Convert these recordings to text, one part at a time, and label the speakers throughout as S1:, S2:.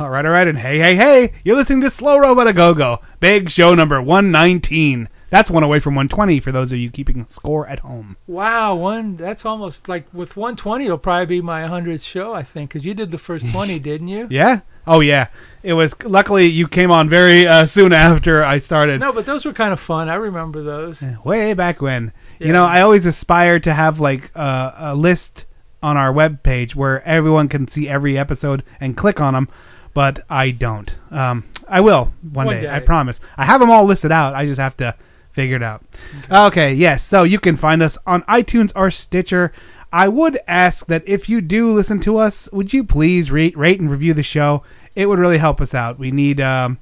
S1: All right, all right, and hey, hey, hey, you're listening to Slow Robot A Go Go, big show number 119. That's one away from 120 for those of you keeping score at home.
S2: Wow, one that's almost like with 120 it'll probably be my 100th show I think cuz you did the first 20, didn't you?
S1: Yeah? Oh, yeah. It was, luckily, you came on very uh, soon after I started.
S2: No, but those were kind of fun. I remember those.
S1: Way back when. You
S2: Yeah.
S1: know, I always aspire to have, like, uh, a list on our webpage where everyone can see every episode and click on them, but I don't. Um, I will one,
S2: One
S1: day,
S2: day.
S1: I promise. I have them all listed out. I just have to figure it out. Okay. yes. So you can find us on iTunes or Stitcher. I would ask that if you do listen to us, would you please rate, rate and review the show? It would really help us out. We need um,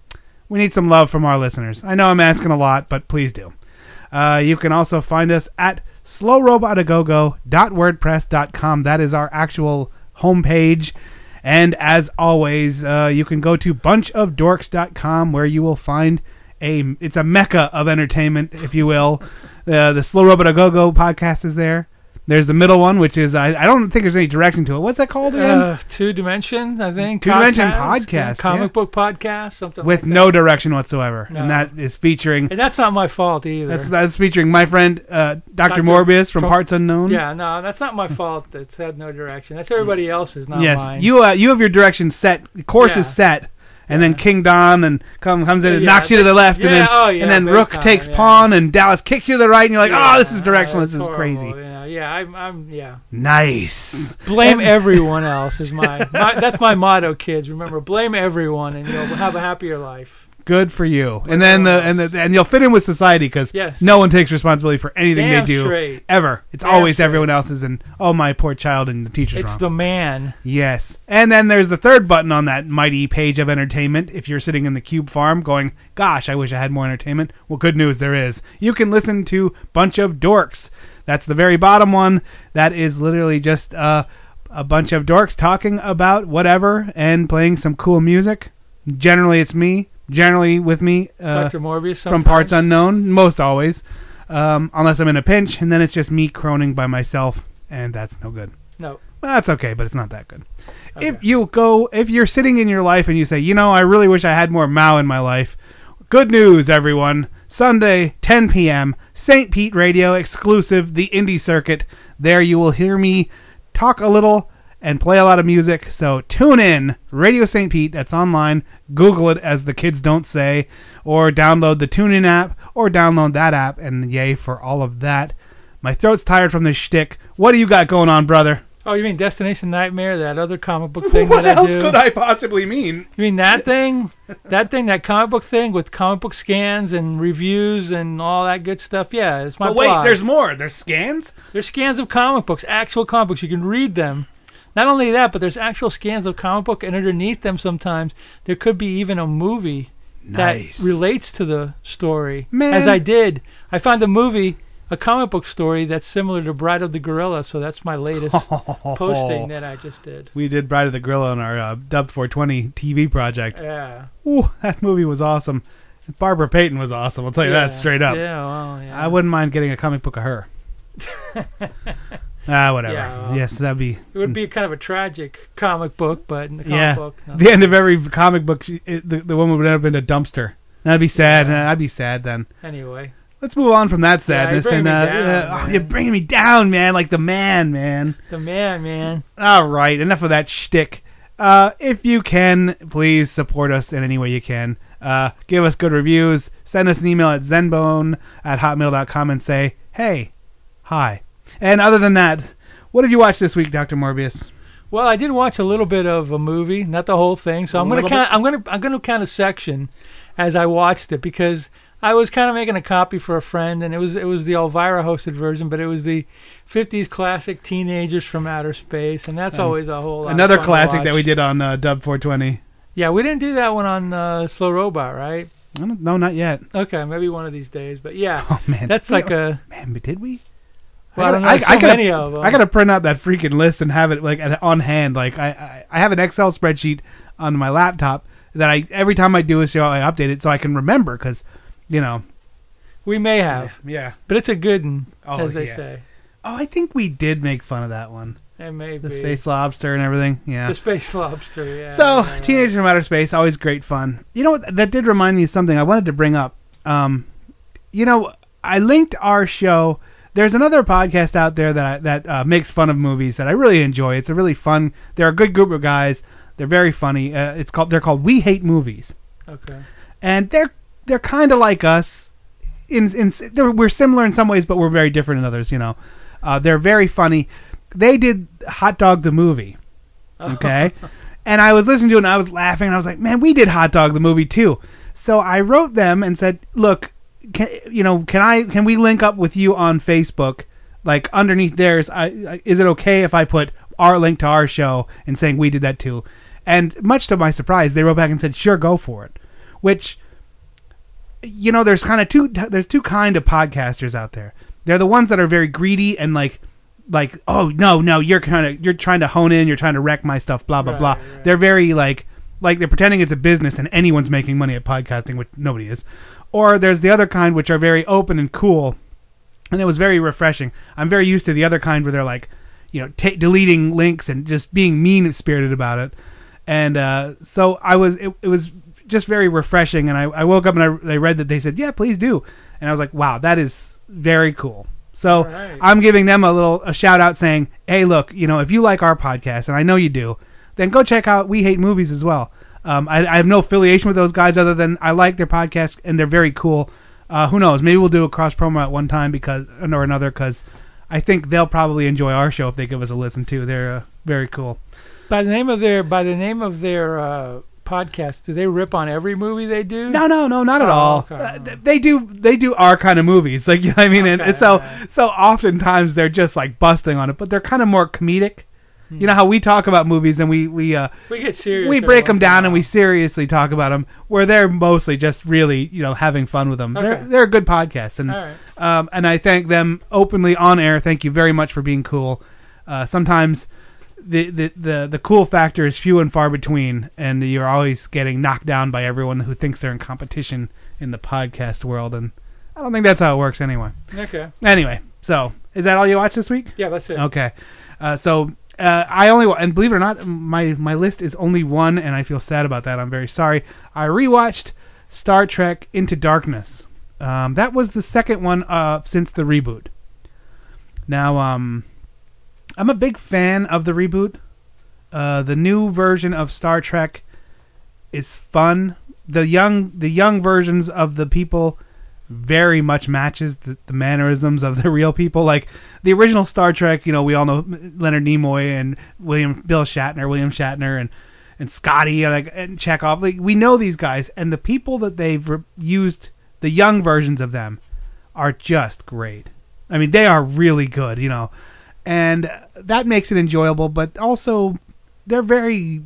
S1: we need some love from our listeners. I know I'm asking a lot, but please do. Uh, you can also find us at slowrobotagogo.wordpress.com. That is our actual homepage. And as always, uh, you can go to bunchofdorks.com where you will find a it's a mecca of entertainment, if you will. Uh, the Slow Robot A Go Go podcast is there. There's the middle one, which is I, I don't think there's any direction to it. What's that called again?
S2: Uh, two dimension, I think.
S1: Two Dimension
S2: podcast,
S1: podcast,
S2: comic
S1: yeah.
S2: book podcast, something
S1: With
S2: like that.
S1: no direction whatsoever,
S2: No.
S1: and that is featuring
S2: And that's not my fault either.
S1: that's, that's featuring my friend uh, Dr.
S2: Dr.
S1: Morbius from
S2: Tro-
S1: Parts Unknown.
S2: yeah, no, that's not my fault. That's had no direction. That's everybody else's, not
S1: Hmm. yes,
S2: mine.
S1: you uh, you have your direction set, the course
S2: Yeah.
S1: is set, and then King Don and come comes in and
S2: Yeah,
S1: knocks you to the left, and
S2: yeah,
S1: then
S2: oh, yeah,
S1: and then
S2: big
S1: Rook
S2: time,
S1: takes
S2: yeah.
S1: pawn, and Dallas kicks you to the right, and you're like, oh, this is directionless,
S2: that's
S1: this is
S2: horrible,
S1: crazy,
S2: Yeah, yeah, I'm, I'm, yeah.
S1: nice.
S2: Blame
S1: And-
S2: everyone else is my, my that's my motto, kids. Remember, blame everyone, and you'll have a happier life.
S1: Good for you. And then the, and
S2: everyone
S1: the,
S2: else.
S1: and you'll fit in with society because
S2: Yes.
S1: no one takes responsibility for anything
S2: Damn
S1: they do
S2: straight.
S1: ever. It's
S2: Damn
S1: always
S2: straight.
S1: everyone else's and oh my poor child and the teacher's
S2: It's
S1: wrong.
S2: the man.
S1: Yes. And then there's the third button on that mighty page of entertainment. If you're sitting in the Cube Farm going, gosh, I wish I had more entertainment, well, good news, there is. You can listen to Bunch of Dorks. That's the very bottom one. That is literally just uh, a bunch of dorks talking about whatever and playing some cool music. Generally, it's me. Generally, with me. Uh,
S2: Dr. Morbius.
S1: from
S2: sometimes.
S1: parts unknown, most always. Um, unless I'm in a pinch, and then it's just me croning by myself, and that's no good.
S2: No.
S1: Well, that's okay, but it's not that good. If you go, if you're sitting in your life and you say, you know, I really wish I had more Mao in my life. Good news, everyone! Sunday, 10 p.m. St. Pete Radio exclusive, the indie circuit. There you will hear me talk a little and play a lot of music. So tune in, Radio St. Pete. That's online. Google it, as the kids don't say, or download the TuneIn app, or download that app. And yay for all of that. My throat's tired from this shtick. What do you got going on, brother?
S2: Oh, you mean Destination Nightmare? That other comic book thing
S1: what
S2: that
S1: else
S2: I do?
S1: could I possibly mean?
S2: You mean that thing? That thing, that comic book thing with comic book scans and reviews and all that good stuff? Yeah, it's my
S1: But wait,
S2: blog.
S1: there's more. There's scans.
S2: There's scans of comic books, actual comic books. You can read them. Not only that, but there's actual scans of comic book, and underneath them sometimes there could be even a movie that relates to the story.
S1: Man.
S2: As I did, I found a movie, a comic book story that's similar to Bride of the Gorilla, so that's my latest posting that I just did.
S1: We did Bride of the Gorilla on our uh, Dub 420 TV project.
S2: Yeah.
S1: Ooh, that movie was awesome. Barbara Payton was awesome. I'll tell you
S2: Yeah.
S1: that straight up.
S2: Yeah, well, yeah.
S1: I wouldn't mind getting a comic book of her. Ah, whatever.
S2: Yeah.
S1: Yes, that'd be.
S2: It would be kind of a tragic comic book, but in the comic
S1: yeah.
S2: book, no.
S1: The end of every comic book, she, it, the, the woman would end up in a dumpster. That'd be sad.
S2: Yeah.
S1: uh, I'd be sad then.
S2: anyway,
S1: Let's move on from that
S2: Yeah,
S1: sadness
S2: you're
S1: and
S2: bringing me
S1: uh,
S2: down,
S1: uh, oh,
S2: man.
S1: you're bringing me down, man, like the man, man.
S2: the man, man.
S1: All right, enough of that shtick. Uh, if you can, please support us in any way you can. Uh, give us good reviews. Send us an email at zenbone at hotmail.com and say, hey, hi. And other than that, what have you watched this week, Dr. Morbius?
S2: Well, I did watch a little bit of a movie, not the whole thing. So I'm gonna
S1: little
S2: count. I'm gonna I'm gonna count a section as I watched it because I was kind of making a copy for a friend, and it was it was the Elvira hosted version, but it was the 50s classic teenagers from outer space, and that's always a whole lot of
S1: Hmm. Another
S2: fun to
S1: classic that
S2: watch.
S1: we did on uh, Dub 420.
S2: Yeah, we didn't do that one on uh, Slow Robot, right?
S1: I don't, no, not yet.
S2: Okay, maybe one of these days. But yeah,
S1: Oh man,
S2: that's like a.
S1: man. But did we?
S2: Well, I don't know.
S1: gotta-
S2: there's
S1: I,
S2: so
S1: gotta,
S2: many of them.
S1: I gotta print out that freaking list and have it like at, on hand. Like I, I, I have an Excel spreadsheet on my laptop that I every time I do a show I update it so I can remember because, you know.
S2: We may have,
S1: Yeah.
S2: but it's a good one,
S1: Oh,
S2: as they
S1: yeah.
S2: say.
S1: Oh, I think we did make fun of that one.
S2: It may
S1: The
S2: be.
S1: space lobster and everything. Yeah.
S2: The space lobster. Yeah.
S1: So,
S2: yeah.
S1: Teenagers from Outer Space, always great fun. You know what? That did remind me of something I wanted to bring up. Um, you know, I linked our show. There's another podcast out there that I, that uh, makes fun of movies that I really enjoy. It's a really fun. They're a good group of guys. They're very funny. Uh, it's called. They're called We Hate Movies,
S2: Okay.
S1: and they're they're kind of like us. In in they're, we're similar in some ways, but we're very different in others. You know, uh, they're very funny. They did Hot Dog the movie okay? and I was listening to it and I was laughing and I was like, man, we did Hot Dog the movie too. So I wrote them and said, look, can, you know, can I can we link up with you on Facebook? Like underneath theirs, I, I, is it okay if I put our link to our show and saying we did that too? And much to my surprise, they wrote back and said, sure, go for it. Which you know, there's kind of two there's two kind of podcasters out there. They're the ones that are very greedy and like like oh no no you're kind of you're trying to hone in you're trying to wreck my stuff blah blah
S2: Right,
S1: blah.
S2: right.
S1: They're very like like they're pretending it's a business and anyone's making money at podcasting which nobody is. Or there's the other kind which are very open and cool. And it was very refreshing. I'm very used to the other kind where they're like you know ta deleting links and just being mean spirited about it and uh, so I was it, it was just very refreshing and I, I woke up and I, I read that they said yeah please do and I was like wow that is very cool so
S2: Alright.
S1: I'm giving them a little a shout out saying hey look you know if you like our podcast and I know you do then go check out We Hate Movies as well um, I, I have no affiliation with those guys other than I like their podcast and they're very cool uh, who knows maybe we'll do a cross promo at one time because or another because I think they'll probably enjoy our show if they give us a listen too they're uh, very cool
S2: By the name of their by the name of their uh, podcast, do they rip on every movie they do?
S1: No, no, no, not at
S2: Oh,
S1: all.
S2: okay,
S1: Uh,
S2: all right.
S1: th- they do they do our kind of movies, like you know what I mean. and,
S2: Okay,
S1: and so
S2: okay.
S1: so oftentimes they're just like busting on it, but they're kind of more comedic.
S2: Hmm.
S1: You know how we talk about movies and we we uh,
S2: We get serious.
S1: we
S2: every
S1: break them
S2: once in a
S1: down and
S2: while.
S1: we seriously talk about them. Where they're mostly just really you know having fun with them.
S2: Okay.
S1: They're they're a good podcast and
S2: All right.
S1: um and I thank them openly on air. Thank you very much for being cool. Uh, sometimes. The, the the the cool factor is few and far between, and you're always getting knocked down by everyone who thinks they're in competition in the podcast world, and I don't think that's how it works anyway.
S2: Okay.
S1: Anyway, so is that all you watched this week?
S2: Yeah, that's it.
S1: Okay, uh, so uh, I only wa- and believe it or not, my my list is only one, and I feel sad about that. I'm very sorry. I rewatched Star Trek Into Darkness. Um, that was the second one uh, since the reboot. Now, um, I'm a big fan of the reboot. Uh, the new version of Star Trek is fun. The young the young versions of the people very much matches the, the mannerisms of the real people. Like the original Star Trek, you know, we all know Leonard Nimoy and William Bill Shatner, William Shatner, and and Scotty, uh, like and Chekhov. Like we know these guys, and the people that they've re- used, the young versions of them, are just great. I mean, they are really good, you know, and that makes it enjoyable. But also, they're very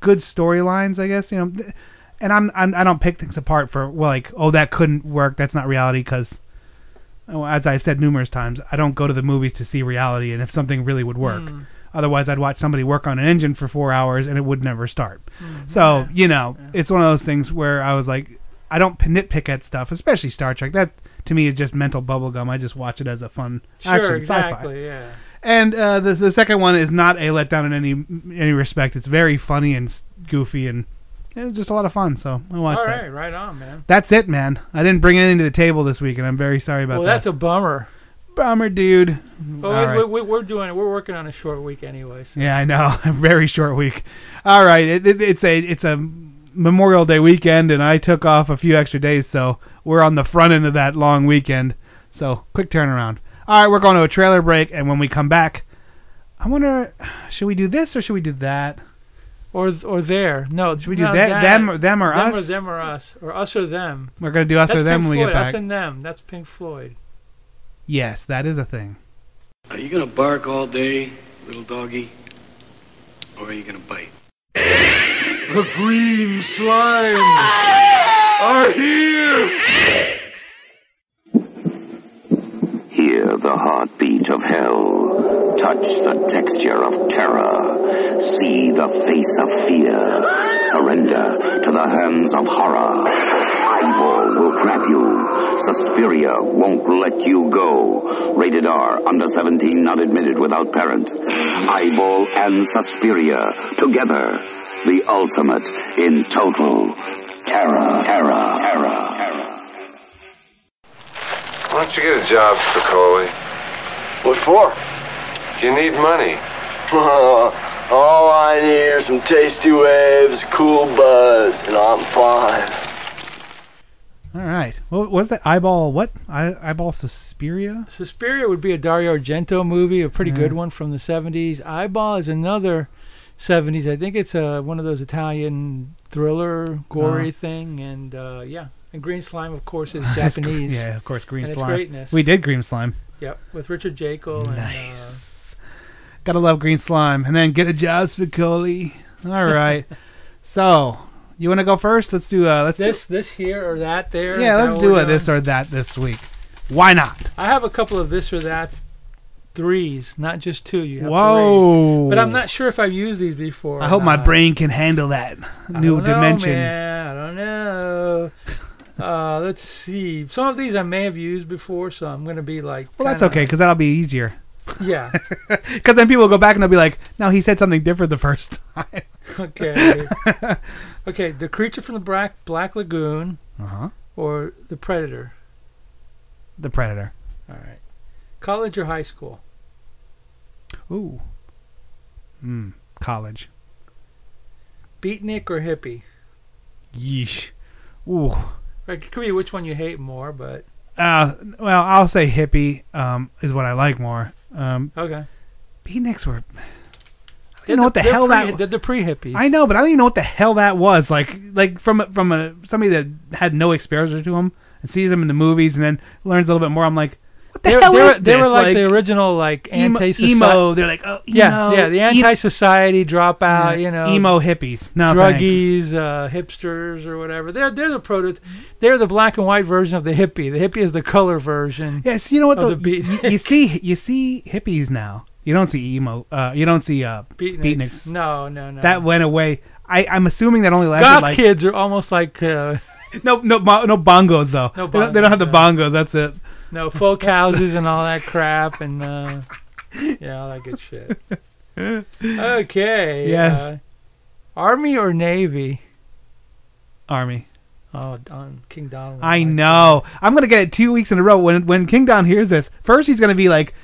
S1: good storylines, I guess. You know, Th- and I'm, I'm I don't pick things apart for well, like oh that couldn't work, that's not reality because. As I've said numerous times, I don't go to the movies to see reality and if something really would work.
S2: Mm.
S1: Otherwise, I'd watch somebody work on an engine for four hours and it would never start. So
S2: Mm-hmm.
S1: you know, it's one of those things where I was like, I don't p- nitpick at stuff, especially Star Trek. That to me is just mental bubblegum. I just watch it as a fun
S2: Sure.
S1: action sci-fi.
S2: exactly. Yeah.
S1: And uh, the the second one is not a letdown in any any respect. It's very funny and s- goofy and it was just a lot of fun. So I watched
S2: All
S1: that.
S2: right. Right on, man.
S1: That's it, man. I didn't bring anything to the table this week, and I'm very sorry about
S2: Well,
S1: that.
S2: that's a bummer.
S1: bummer, dude.
S2: But
S1: All right.
S2: we, we, we're doing it. We're working on a short week anyway. So.
S1: Yeah, I know. Very short week. All right, it, it, it's a it's a Memorial Day weekend, and I took off a few extra days, so we're on the front end of that long weekend. So quick turnaround. All right, we're going to a trailer break, and when we come back, I wonder, should we do this or should we do that?
S2: Or or there. No.
S1: Should we do
S2: no,
S1: that,
S2: that,
S1: them, or- them or
S2: them
S1: us?
S2: or them or us or us or them.
S1: We're gonna do us
S2: That's
S1: or them
S2: Pink
S1: when we
S2: Floyd.
S1: get back.
S2: Us and them. That's Pink Floyd.
S1: yes, that is a thing.
S3: Are you gonna bark all day, little doggy? Or are you gonna bite?
S4: The green slimes are here!
S3: Hear the heartbeat of hell. Touch the texture of terror. See the face of fear. Surrender to the hands of horror. Eyeball will grab you. Suspiria won't let you go. Rated R, under 17, not admitted without parent. Eyeball and Suspiria, together, the ultimate in total terror, terror, terror, terror.
S5: Why don't you get a job, Spicoli? What for? You need money.
S6: Oh, All I need are some tasty waves, cool buzz, and I'm fine.
S1: All right. What was that? Eyeball what? I, eyeball Suspiria?
S2: Suspiria would be a Dario Argento movie, a pretty
S1: Mm-hmm.
S2: good one from the 70s. Eyeball is another 70s. I think it's uh, one of those Italian thriller, gory thing, and uh, yeah. And Green Slime, of course, is
S1: Uh-huh. That's gr-
S2: Japanese.
S1: yeah, of course, Green
S2: And it's
S1: Slime.
S2: greatness.
S1: We did Green Slime.
S2: Yep, with Richard Jekyll. And, uh,
S1: Nice. Gotta love Green Slime. And then get a job, Spicoli. All right. so, you want to go first? Let's do uh, let's
S2: this,
S1: do-
S2: this here or that there.
S1: yeah,
S2: is that
S1: let's
S2: what
S1: do
S2: we're
S1: a this
S2: doing?
S1: or that this week. Why not?
S2: I have a couple of this or that threes, not just two. You have threes.
S1: Whoa!
S2: But I'm not sure if I've used these before.
S1: I
S2: or
S1: hope my
S2: not.
S1: brain can handle that
S2: I
S1: new
S2: don't know,
S1: dimension.
S2: man. I don't know. Uh, let's see. Some of these I may have used before, so I'm going to be like.
S1: Well, that's
S2: kinda-
S1: okay because that'll be easier.
S2: Yeah.
S1: Because then people will go back and they'll be like, "No, he said something different the first time."
S2: Okay. okay. The creature from the black black lagoon
S1: uh huh.
S2: or the predator.
S1: The Predator.
S2: All right. College or high school?
S1: Ooh. Hmm. College.
S2: Beatnik or hippie?
S1: Yeesh. Ooh.
S2: Like, it could be which one you hate more, but
S1: Uh, well, I'll say hippie um, is what I like more. Um,
S2: okay.
S1: beatniks were. I don't even know what the
S2: They're
S1: hell
S2: pre,
S1: that. was.
S2: They're the pre hippies.
S1: I know, but I don't even know what the hell that was. Like, like from a- from a somebody that had no exposure to him and sees him in the movies and then learns a little bit more. I'm like, what the
S2: they,
S1: hell
S2: they,
S1: is
S2: were, they were
S1: this?
S2: like, the original like
S1: emo,
S2: anti-society.
S1: emo. They're like, oh,
S2: Yeah,
S1: emo,
S2: yeah, the
S1: em-
S2: anti-society dropout, you know,
S1: emo hippies, no thanks.
S2: druggies, uh, hipsters, or whatever. They're they're the proto, they're the black and white version of the hippie. The hippie is the color version.
S1: Yes, you know what?
S2: Of
S1: though?
S2: the beat-
S1: You, you see, you see hippies now. You don't see emo. Uh, you don't see uh,
S2: Beatniks.
S1: beatniks.
S2: No, no, no.
S1: That went away. I, I'm assuming that only lasted
S2: goth
S1: like
S2: kids are almost like uh,
S1: no no bo- no bongos though.
S2: No
S1: They don't- they don't have the bongos.
S2: bongos,
S1: That's it.
S2: no folk houses and all that crap and uh, yeah, all that good shit. Okay.
S1: Yes.
S2: Uh, Army or Navy?
S1: Army.
S2: Oh, Don King Donald.
S1: I
S2: like
S1: know. I'm gonna get it two weeks in a row. When when King Don hears this, first he's gonna be like,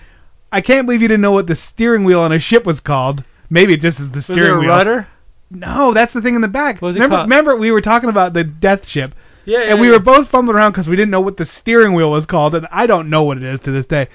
S1: "I can't believe you didn't know what the steering wheel on a ship was called." Maybe it just is the
S2: that. Was
S1: steering
S2: there a
S1: wheel.
S2: rudder?
S1: No, that's the thing in the back.
S2: What was it
S1: remember,
S2: called?
S1: remember, we were talking about the death ship,
S2: Yeah. yeah,
S1: and we
S2: yeah.
S1: were both fumbling around because we didn't know what the steering wheel was called, and I don't know what it is to this day.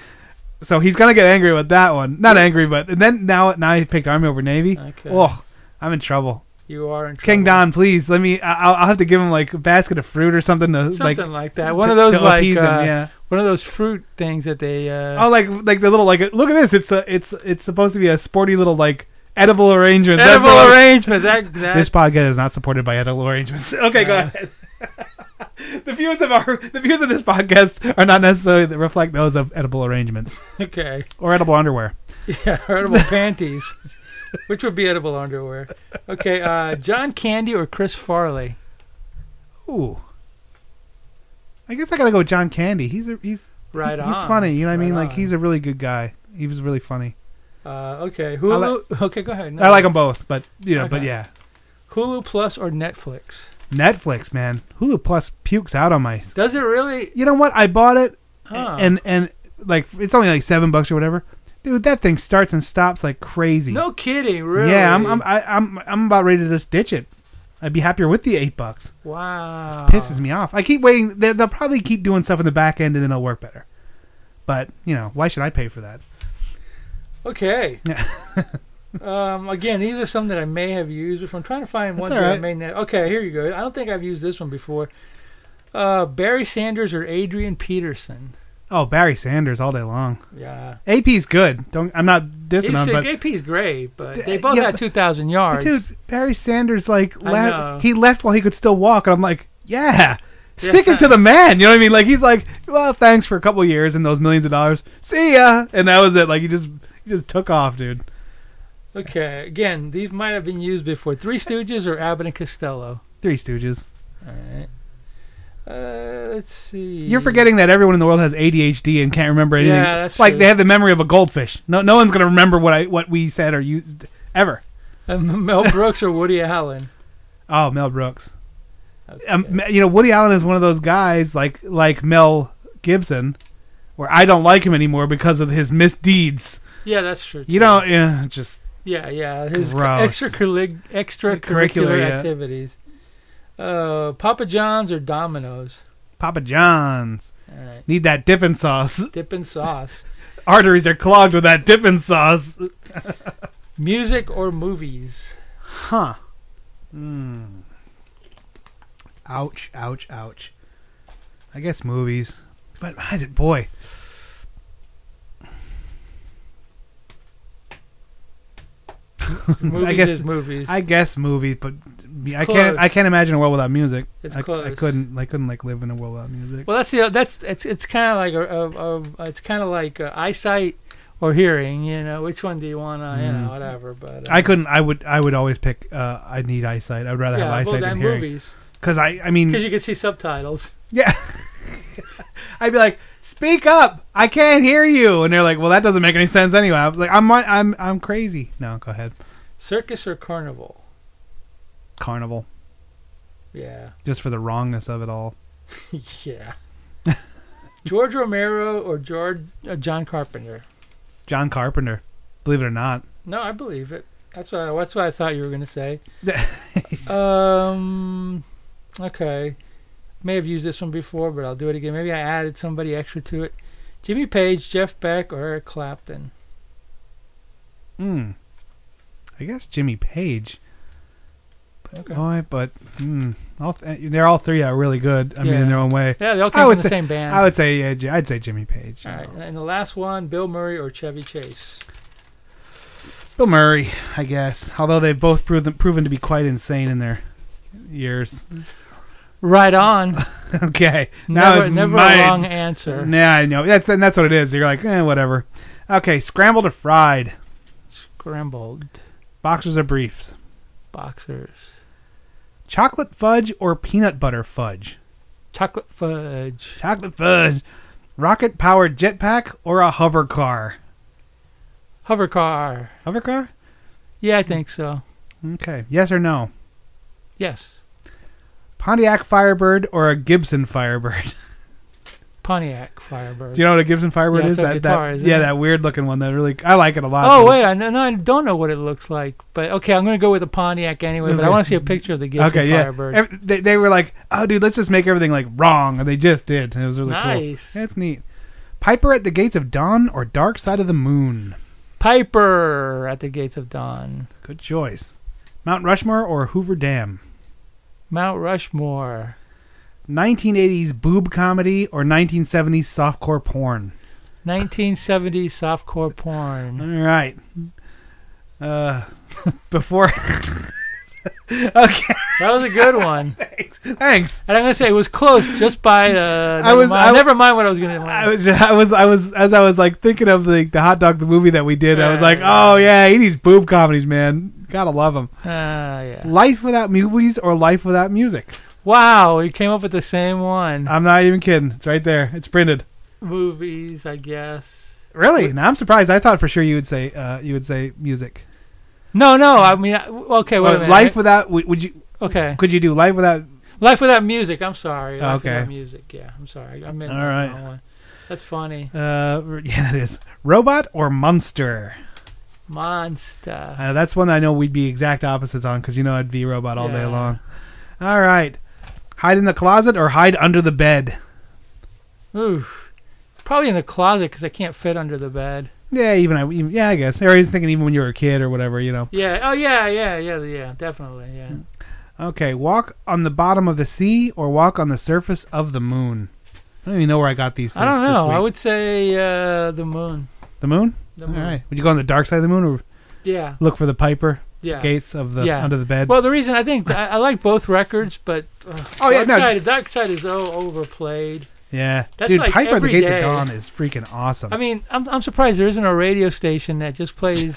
S1: So he's gonna get angry with that one. Not angry, but and then now now he picked Army over Navy.
S2: Okay.
S1: Oh, I'm in trouble.
S2: You are in
S1: King
S2: trouble.
S1: Don, please let me. I- I'll, I'll have to give him like a basket of fruit or something to like
S2: Something like, that. One
S1: to-
S2: of those
S1: to
S2: like
S1: appease him,
S2: uh,
S1: yeah.
S2: one of those fruit things that they. Uh,
S1: Oh, like like the little like look at this. It's a it's it's supposed to be a sporty little like edible arrangement. That's
S2: edible
S1: what-
S2: arrangement. That that.
S1: This podcast is not supported by edible arrangements. Okay, go
S2: Uh.
S1: ahead. the views of our the views of this podcast are not necessarily that reflect those of edible arrangements
S2: okay.
S1: or edible underwear.
S2: Yeah, edible panties, which would be edible underwear. Okay, uh, John Candy or Chris Farley?
S1: Ooh. I guess I gotta go with John Candy. He's a he's
S2: Right
S1: he's
S2: on.
S1: funny. You know what I
S2: Right
S1: mean? Like
S2: on.
S1: he's a really good guy. He was really funny.
S2: Uh, okay,
S1: I
S2: Hulu. okay, go ahead. No.
S1: I like them both, but you know, but
S2: Okay.
S1: yeah.
S2: Hulu Plus or Netflix?
S1: Netflix, man. Hulu Plus pukes out on my.
S2: Does it really?
S1: You know what? I bought it
S2: Huh.
S1: and and like it's only like seven bucks or whatever. Dude, that thing starts and stops like crazy.
S2: no kidding, really?
S1: Yeah, I'm I'm I, I'm I'm about ready to just ditch it. I'd be happier with the eight bucks.
S2: Wow.
S1: Pisses me off. I keep waiting. They, they'll probably keep doing stuff in the back end, and then it'll work better. But you know, why should I pay for that?
S2: Okay.
S1: Yeah.
S2: Um, again, these are some that I may have used before. I'm trying to find one
S1: all
S2: that I
S1: right.
S2: may not. Okay, here you go. I don't think I've used this one before. Uh, Barry Sanders or Adrian Peterson?
S1: Oh, Barry Sanders all day long.
S2: Yeah.
S1: AP's good. Don't I'm not dissing him, but
S2: AP's great, but they
S1: Yeah,
S2: both
S1: yeah,
S2: had
S1: but-
S2: 2,000 yards.
S1: dude, Barry Sanders like
S2: I
S1: left.
S2: know.
S1: He left while he could still walk, and I'm like, yeah,
S2: Yeah.
S1: stick it to the man. You know what I mean? Like he's like, well, thanks for a couple of years and those millions of dollars. See ya, and that was it. Like he just he just took off, dude.
S2: Okay, again, these might have been used before. Three Stooges or Abbott and Costello?
S1: Three Stooges.
S2: All right. Uh, let's see.
S1: You're forgetting that everyone in the world has ADHD and can't remember anything.
S2: Yeah, that's
S1: like
S2: true.
S1: they have the memory of a goldfish. No, no one's gonna remember what I what we said or used ever.
S2: Um, Mel Brooks or Woody Allen?
S1: Oh, Mel Brooks.
S2: Okay.
S1: Um, you know, Woody Allen is one of those guys like like Mel Gibson, where I don't like him anymore because of his misdeeds.
S2: yeah, that's true.
S1: You
S2: too.
S1: know, yeah, just
S2: Yeah, yeah. His
S1: Gross.
S2: extracurric-
S1: Curricular,
S2: extracurricular
S1: yeah.
S2: activities. Uh, Papa John's or Domino's?
S1: Papa John's.
S2: All right.
S1: Need that dipping sauce.
S2: Dipping sauce.
S1: Arteries are clogged with that dipping sauce.
S2: Music or movies?
S1: Huh. Mm. Ouch, ouch, ouch. I guess movies. But I did, boy.
S2: Movies
S1: I guess
S2: is movies.
S1: I guess movies, but I
S2: close.
S1: can't. I can't imagine a world without music.
S2: It's
S1: I, I
S2: close.
S1: couldn't. I couldn't like live in a world without music.
S2: Well, that's the that's it's it's kind of like a, a, a it's kind of like uh eyesight or hearing. You know, which one do you want to you know whatever. But uh,
S1: Mm. I couldn't. I would. I would always pick. Uh, I need eyesight. I'd rather
S2: Yeah,
S1: have eyesight
S2: well,
S1: than
S2: then
S1: hearing.
S2: movies
S1: Because I. I mean.
S2: because you can see subtitles.
S1: Yeah. I'd be like, "Speak up! I can't hear you." And they're like, "Well, that doesn't make any sense anyway." I was like, "I'm I'm I'm crazy." No, go ahead.
S2: Circus or carnival?
S1: Carnival,
S2: Yeah,
S1: just for the wrongness of it all.
S2: yeah. George Romero or George uh, John Carpenter?
S1: John Carpenter, believe it or not.
S2: No, I believe it. That's what I, that's what I thought you were gonna say. Um, okay. May have used this one before, but I'll do it again. Maybe I added somebody extra to it. Jimmy Page, Jeff Beck, or Eric Clapton.
S1: Hmm. I guess Jimmy Page.
S2: Okay.
S1: Boy, but hmm. All th- they're all three are really good. I mean,
S2: Yeah.
S1: in their own way.
S2: Yeah, they all came
S1: I
S2: from
S1: would
S2: the
S1: say,
S2: same band.
S1: I would say yeah. J- I'd say Jimmy Page.
S2: All right, and the last one, Bill Murray or Chevy Chase.
S1: Bill Murray, I guess. Although they've both proven proven to be quite insane in their years.
S2: Right on.
S1: okay. Now
S2: never
S1: it's
S2: never
S1: my,
S2: a wrong answer.
S1: Yeah, I know. That's and that's what it is. You're like, eh, whatever. Okay, scrambled or fried.
S2: Scrambled
S1: Boxers or briefs.
S2: boxers.
S1: Chocolate fudge or peanut butter fudge.
S2: Chocolate fudge.
S1: Chocolate fudge. Rocket powered jetpack or a hover car.
S2: Hover car.
S1: Hover car?
S2: Yeah, I think so.
S1: Okay. Yes or no?
S2: Yes.
S1: Pontiac Firebird or a Gibson Firebird.
S2: Pontiac Firebird.
S1: Do you know what a Gibson Firebird is?
S2: Yeah, it's a
S1: That,
S2: guitar,
S1: that
S2: isn't
S1: yeah,
S2: it?
S1: that weird looking one. That really I like it a lot. but
S2: Oh
S1: it-
S2: wait, I no, no, I don't know what it looks like, but okay, I'm gonna go with a Pontiac anyway. But I
S1: Okay.
S2: want to see a picture of the Gibson
S1: okay, yeah.
S2: Firebird.
S1: Ev- they, they were like, oh, dude, let's just make everything like wrong, and they just did. And it was really
S2: Nice.
S1: cool. That's neat. Piper at the Gates of Dawn or Dark Side of the Moon.
S2: Piper at the Gates of Dawn,
S1: Good choice. Mount Rushmore or Hoover Dam.
S2: Mount Rushmore,
S1: 1980s boob comedy or 1970s softcore porn.
S2: 1970s softcore
S1: All
S2: porn.
S1: right. Uh, before. okay.
S2: That was a good one,
S1: Thanks. Thanks.
S2: and I'm gonna say it was close just by. Uh, never
S1: I was-
S2: mind,
S1: I w-
S2: never mind what I was gonna.
S1: I was, I was, I was, as I was like thinking of the the hot dog, the movie that we did. I was like,
S2: Yeah.
S1: oh yeah, eighties boob comedies, man, gotta love them.
S2: Uh, yeah.
S1: Life without movies or life without music.
S2: Wow, you came up with the same one.
S1: I'm not even kidding. It's right there. It's printed.
S2: Movies, I guess.
S1: Really? Now I'm surprised. I thought for sure you would say, uh, you would say music.
S2: No, no. I mean, I, okay. Wait a
S1: Or
S2: minute.
S1: uh, life without would would you?
S2: okay.
S1: Could you do life without?
S2: Life without music. I'm sorry. Life
S1: Okay.
S2: without music. Yeah, I'm sorry. I meant
S1: All
S2: the
S1: right.
S2: wrong one. That's funny.
S1: Uh, yeah, it is. Robot or monster?
S2: Monster.
S1: Uh, that's one I know we'd be exact opposites on because you know I'd be robot all day
S2: Yeah.
S1: long. All right. Hide in the closet or hide under the bed.
S2: Oof. Probably in the closet 'cause I can't fit under the bed.
S1: Yeah, even I. Even, yeah, I guess. Or I was thinking even when you were a kid or whatever, you know.
S2: Yeah. Oh yeah. Yeah. Yeah. Yeah. Definitely. Yeah.
S1: Okay, walk on the bottom of the sea or walk on the surface of the moon. I don't even know where I got these. Things
S2: I don't
S1: this
S2: know.
S1: week.
S2: I would say uh, the moon.
S1: the moon.
S2: The moon.
S1: All right. Would you go on the dark side of the moon or
S2: Yeah.
S1: look for the Piper
S2: Yeah.
S1: gates of the
S2: Yeah.
S1: under the bed?
S2: Well, the reason I think I, I like both records, but uh,
S1: Oh, yeah,
S2: Dark
S1: no.
S2: Side, Dark Side is so overplayed.
S1: yeah,
S2: that's
S1: dude,
S2: like
S1: Piper the
S2: every
S1: Gates
S2: day.
S1: of Dawn is freaking awesome.
S2: I mean, I'm I'm surprised there isn't a radio station that just plays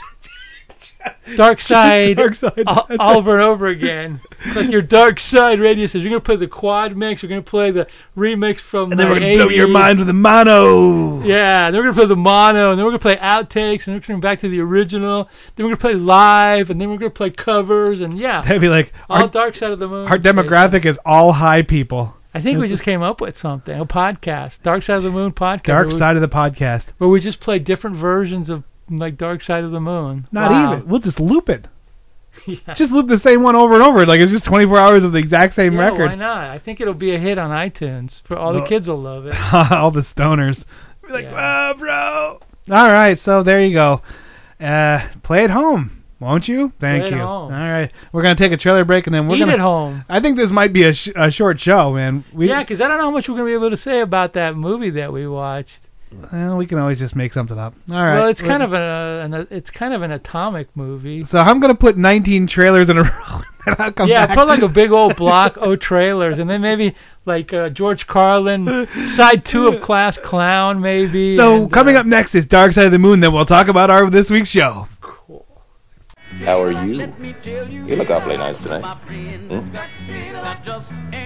S2: Dark Side,
S1: Dark Side.
S2: all, all over and over again. It's like your Dark Side radio station. You're gonna play the quad mix. You're gonna play the remix from
S1: and then
S2: the
S1: we're gonna blow your
S2: 80s.
S1: mind with a mono.
S2: Yeah, then we're gonna play the mono, and then we're gonna play outtakes, and then we're going back to the original. Then we're gonna play live, and then we're gonna play covers, and yeah,
S1: That'd be like
S2: all
S1: our,
S2: Dark Side of the Moon.
S1: our demographic is all high people.
S2: I think we just came up with something. A podcast, Dark Side of the Moon podcast.
S1: Dark
S2: where we-
S1: side of the podcast.
S2: where we just play different versions of like Dark Side of the Moon.
S1: Not
S2: Wow.
S1: even. We'll just loop it.
S2: yeah.
S1: Just loop the same one over and over. Like it's just 24 hours of the exact same
S2: Yeah,
S1: record.
S2: Why not? I think it'll be a hit on iTunes. For all
S1: Well-
S2: the kids will love it.
S1: all the stoners. Be like,
S2: Yeah.
S1: wow, bro. All right, so there you go. Uh, play at home, won't you? Thank
S2: Play at
S1: you.
S2: home.
S1: All right, we're gonna take a trailer break and then we're
S2: Eat
S1: gonna.
S2: at home.
S1: I think this might be a, sh- a short show, man. We,
S2: Yeah, 'cause I don't know how much we're gonna be able to say about that movie that we watched.
S1: well, we can always just make something up. All right.
S2: Well, it's kind
S1: We're-
S2: of an, an it's kind of an atomic movie.
S1: So I'm gonna put 19 trailers in a row. and I'll come
S2: yeah,
S1: back.
S2: put like a big old block of trailers, and then maybe like uh, George Carlin, side two of Class Clown, maybe.
S1: So
S2: and,
S1: coming
S2: uh,
S1: up next is Dark Side of the Moon. Then we'll talk about our this week's show.
S5: How are you? You look awfully nice tonight. Hmm?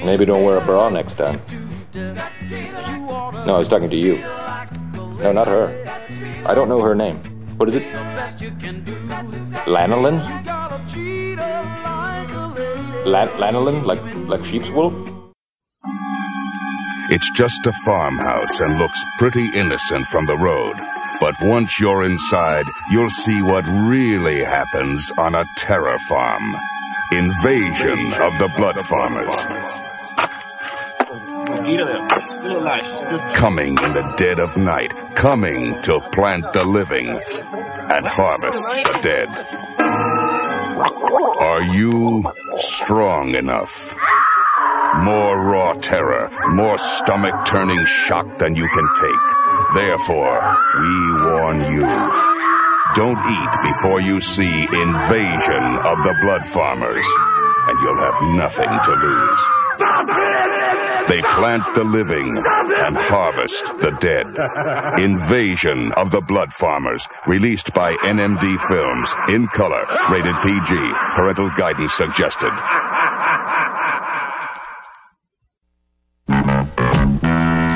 S5: Maybe don't wear a bra next time. No, I was talking to you. No, not her. I don't know her name. What is it? Lanolin? Lan- lanolin? Like, like sheep's wool?
S7: It's just a farmhouse and looks pretty innocent from the road. But once you're inside, you'll see what really happens on a terror farm. Invasion of the Blood Farmers. Coming in the dead of night, coming to plant the living and harvest the dead. Are you strong enough? More raw terror, more stomach turning shock than you can take. Therefore, we warn you. Don't eat before you see Invasion of the Blood Farmers, and you'll have nothing to lose. They plant the living and harvest the dead. Invasion of the Blood Farmers, released by NMD Films, in color, rated PG, parental guidance suggested.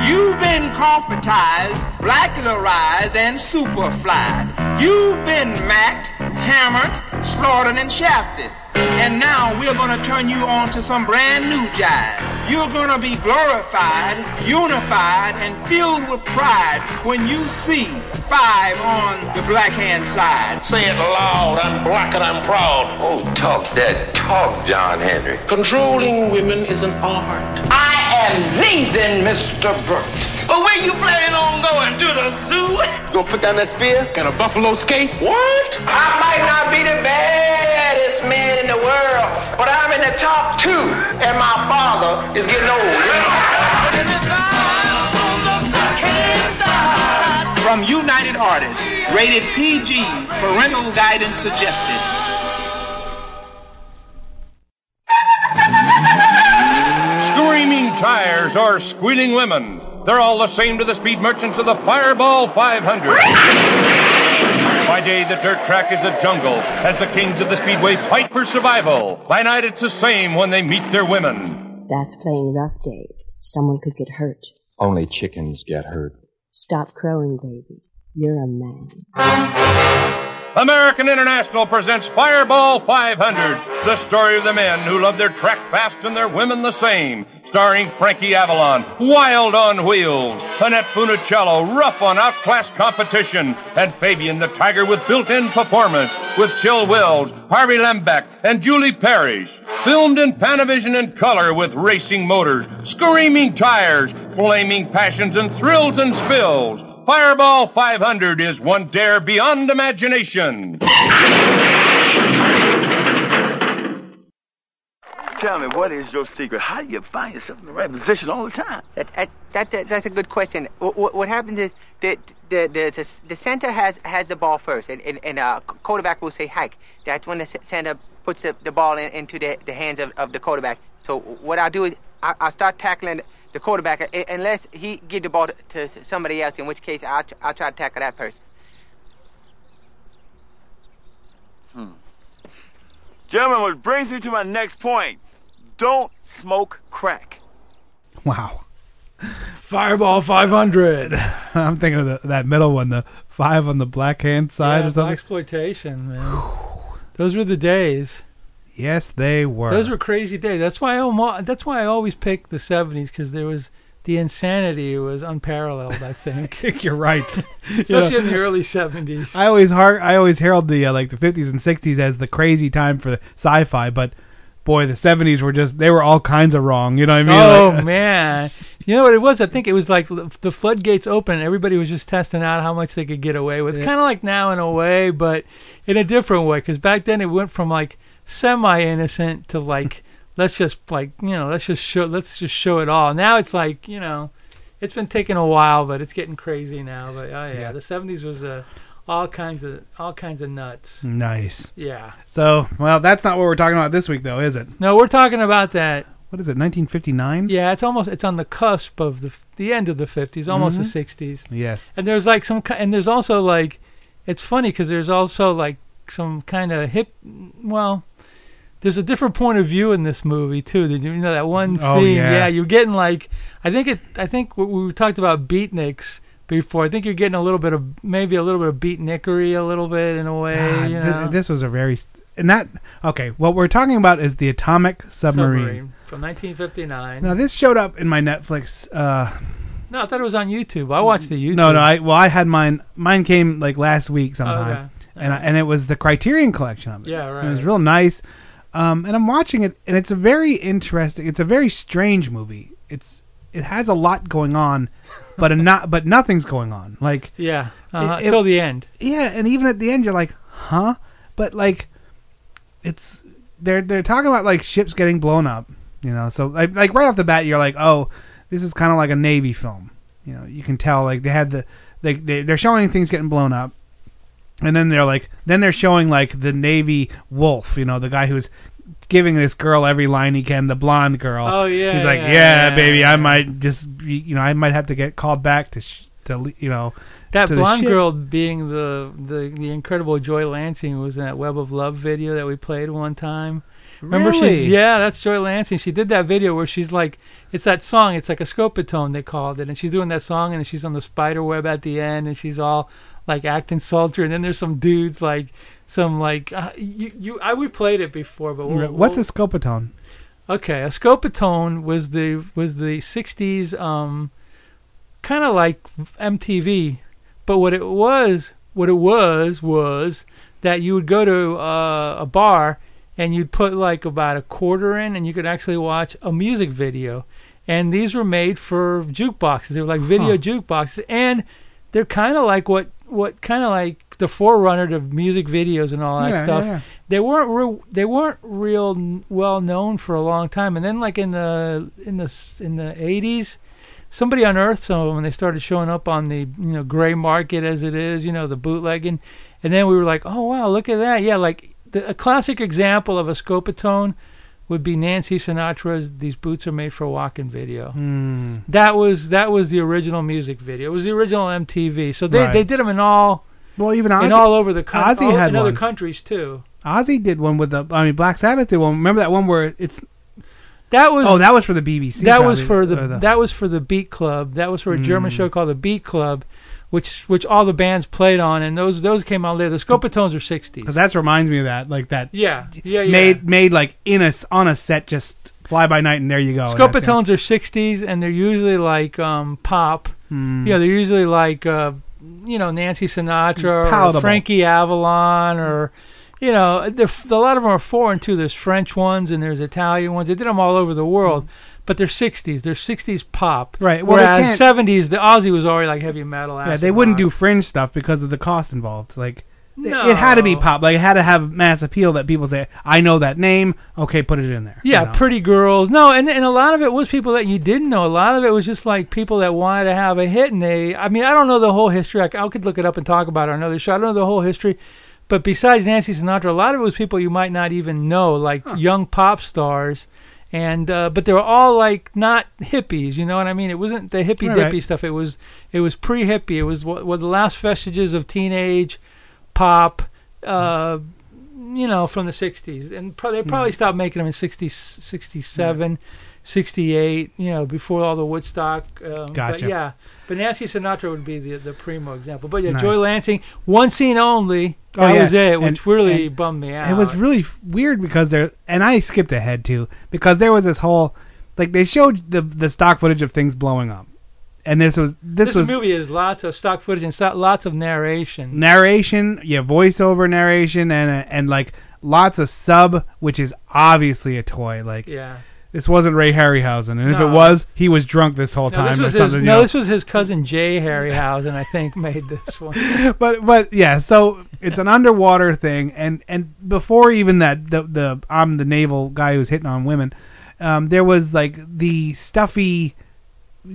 S8: You've been corporatized, blackularized, and superflied. You've been macked, hammered, slaughtered, and shafted. And now we're gonna turn you on to some brand new jive. You're gonna be glorified, unified, and filled with pride when you see five on the black hand side.
S9: Say it loud, I'm black and I'm proud.
S3: Oh, talk that talk, John Henry.
S9: Controlling women is an art.
S8: I am leaving, Mr. Brooks.
S9: But where you planning on going? To the zoo?
S3: Gonna put down that spear?
S9: Can a buffalo skate? What?
S8: I might not be the baddest man in the world, but I'm in the top two, and my father is getting old. From United Artists, rated PG, parental guidance suggested.
S10: Screaming tires or squealing lemon. They're all the same to the speed merchants of the Fireball 500. By day, the dirt track is a jungle as the kings of the speedway fight for survival. By night, it's the same when they meet their women.
S11: That's playing rough, Dave. Someone could get hurt.
S5: Only chickens get hurt.
S11: Stop crowing, baby. You're a man.
S10: American International presents Fireball 500, the story of the men who love their track fast and their women the same. Starring Frankie Avalon, Wild on Wheels, Annette Funicello, rough on outclassed competition, and Fabian the Tiger with built-in performance, with Chill Wills, Harvey Lembeck, and Julie Parrish. Filmed in Panavision and color with racing motors, screaming tires, flaming passions, and thrills and spills. Fireball 500 is one dare beyond imagination.
S12: Tell me, what is your secret? How do you find yourself in the right position all the time?
S13: That, that, that, that- that's a good question. What, what, what happens is the the, the the the center has has the ball first, and and, and uh, quarterback will say hike. That's when the c- center puts the, the ball in, into the, the hands of, of the quarterback. So what I do is I, I start tackling the quarterback uh, unless he give the ball to, to somebody else, in which case I tr- I try to tackle that person.
S12: Gentlemen, which brings me to my next point. Don't smoke crack.
S1: Wow.
S2: Fireball 500.
S1: I'm thinking of the, that middle one, the five on the black hand side or something.
S2: exploitation, man. Those were the days.
S1: Yes, they were.
S2: Those were crazy days. That's why I almo- that's why I always picked the 70s because there was the insanity was unparalleled. I think
S1: you're right,
S2: especially
S1: Yeah.
S2: in the early 70s.
S1: I always har- I always herald the uh, like the 50s and 60s as the crazy time for sci-fi, but boy, the 70s were just they were all kinds of wrong. You know what I mean?
S2: oh
S1: Like,
S2: man, you know what it was? I think it was like l- the floodgates open. And everybody was just testing out how much they could get away with. Kind of like now in a way, but in a different way. Because back then it went from like semi innocent to like let's just like you know let's just show let's just show it all. Now it's like you know it's been taking a while, but it's getting crazy now. But oh yeah, the '70s was uh, all kinds of all kinds of nuts.
S1: nice.
S2: Yeah.
S1: So, well, that's not what we're talking about this week, though, is it?
S2: No, we're talking about that.
S1: What is it? 1959?
S2: Yeah, it's almost it's on the cusp of the the end of the 50s, almost
S1: Mhm.
S2: the 60s.
S1: Yes.
S2: And there's like some ki- and there's also like it's funny because there's also like some kind of hip. Well, there's a different point of view in this movie too. Did you know that one
S1: Oh,
S2: theme?
S1: yeah.
S2: you're getting like I think it. I think we- we talked about beatniks before. I think you're getting a little bit of maybe a little bit of beatnickery, a little bit in a way.
S1: God,
S2: you
S1: thi-
S2: know?
S1: this was a very and that okay. What we're talking about is the atomic submarine.
S2: from 1959.
S1: Now this showed up in my Netflix. Uh,
S2: No, I thought it was on YouTube. I watched the YouTube.
S1: no, no. I well, I had mine. Mine came like last week sometime, and I, and it was the Criterion collection of it.
S2: Oh, Yeah,
S1: And it was
S2: right.
S1: real nice. Um, and I'm watching it, and it's a very interesting. It's a very strange movie. It's it has a lot going on, but a not but nothing's going on. Like
S2: Yeah, uh,
S1: It- it-
S2: till the end.
S1: yeah, and even at the end you're like, huh? But like, it's they're they're talking about like ships getting blown up, you know. So like like right off the bat you're like, oh, this is kind of like a navy film. You know, you can tell like they had the they, they they're showing things getting blown up, and then they're like then they're showing like the navy wolf, you know, the guy who's giving this girl every line he can, the blonde girl.
S2: Oh, yeah,
S1: He's like,
S2: yeah,
S1: yeah,
S2: yeah,
S1: baby,
S2: yeah.
S1: I might just be, you know I might have to get called back to sh- to le- you know
S2: That
S1: to the
S2: blonde
S1: ship.
S2: girl being the, the the incredible Joy Lansing was in that Web of Love video that we played one time. Remember
S1: Really?
S2: she? Yeah, that's Joy Lansing. She did that video where she's like, it's that song. It's like a scopatone they called it, and she's doing that song, and she's on the spider web at the end, and she's all like acting sultry, and then there's some dudes like some like uh, you you I we played it before, but we'll,
S1: What's
S2: we'll,
S1: a scopatone?
S2: Okay, a scopatone was the was the '60s, um, kind of like MTV, but what it was, what it was, was that you would go to uh, a bar and you'd put like about a quarter in, and you could actually watch a music video. And these were made for jukeboxes. They were like video
S1: Huh.
S2: jukeboxes, and they're kind of like what what kind of like the forerunner to music videos and all that
S1: Yeah,
S2: stuff
S1: yeah, yeah.
S2: they weren't real, they weren't real n- well known for a long time and then like in the in the s- in the 80s somebody unearthed some of them and they started showing up on the you know gray market as it is you know the bootlegging and then we were like oh wow look at that yeah like the, a classic example of a scopatone would be Nancy Sinatra's "These Boots Are Made for Walking" video.
S1: Hmm.
S2: That was that was the original music video. It was the original MTV. So they
S1: Right.
S2: they did them in all
S1: Well, even
S2: in
S1: Ozzy,
S2: all over the country,
S1: Ozzy had
S2: in other
S1: one.
S2: countries too.
S1: Ozzy did one with the. I mean, Black Sabbath did one. Remember that one where it's.
S2: That was
S1: Oh, that was for the BBC.
S2: that was
S1: probably, Uh,
S2: for
S1: or
S2: the, that was for the Beat Club. That was for a German
S1: Mm.
S2: show called the Beat Club, which which all the bands played on, and those those came out later. The Scopatones are sixties.
S1: Cause that reminds me of that, like that
S2: Yeah, yeah, yeah.
S1: made made like in a s- on a set, just fly by night, and there you go. and that's it.
S2: Scopatones are sixties, and they're usually like um pop.
S1: Hmm.
S2: You know, they're usually like uh you know Nancy Sinatra
S1: Palatable.
S2: or Frankie Avalon or. You know, they're f- a lot of them are foreign too. There's French ones and there's Italian ones. They did them all over the world, but they're 60s. They're 60s pop.
S1: Hmm. Right, well, they
S2: Whereas
S1: can't-
S2: 70s, the Aussie was already like heavy metal.
S1: Yeah, they
S2: acid
S1: wouldn't
S2: rock.
S1: do fringe stuff because of the cost involved. Like
S2: No.
S1: It had to be pop. Like it had to have mass appeal that people say, "I know that name. Okay, put it in there."
S2: Yeah,
S1: You know?
S2: pretty girls. No, and and a lot of it was people that you didn't know. A lot of it was just like people that wanted to have a hit, and they. I mean, I don't know the whole history. I, c- I could look it up and talk about it on another show. I don't know the whole history, but besides Nancy Sinatra, a lot of it was people you might not even know, like young pop stars, and uh, but they were all like not hippies. You know what I mean? It wasn't the hippie
S1: Right,
S2: dippy
S1: right.
S2: stuff. It was it was pre hippie. It was what, what the last vestiges of teenage pop. Uh, you know, from the 60s. And pro- they probably stopped making them in 60, 67, 68, you know, before all the Woodstock. Um,
S1: Gotcha.
S2: But yeah, but Nancy Sinatra would be the the primo example. But yeah,
S1: Nice.
S2: Joy Lansing, one scene only.
S1: Oh,
S2: That
S1: yeah.
S2: was it, which
S1: And-
S2: really
S1: and
S2: bummed me out.
S1: It was really f- weird because there, and I skipped ahead too because there was this whole, like they showed the the stock footage of things blowing up, and this was this,
S2: this
S1: was
S2: movie is lots of stock footage and so- lots of narration.
S1: narration, yeah, voiceover narration, and and like lots of sub, which is obviously a toy. Like
S2: Yeah.
S1: this wasn't Ray Harryhausen, and if
S2: No.
S1: it was, he was drunk this whole
S2: No,
S1: time
S2: this was
S1: or
S2: his,
S1: something. you
S2: no,
S1: know.
S2: this was his cousin Jay Harryhausen, I think, made this one.
S1: but but yeah, so it's an underwater thing, and and before even that, the the I'm the naval guy who's hitting on women. Um, there was like the stuffy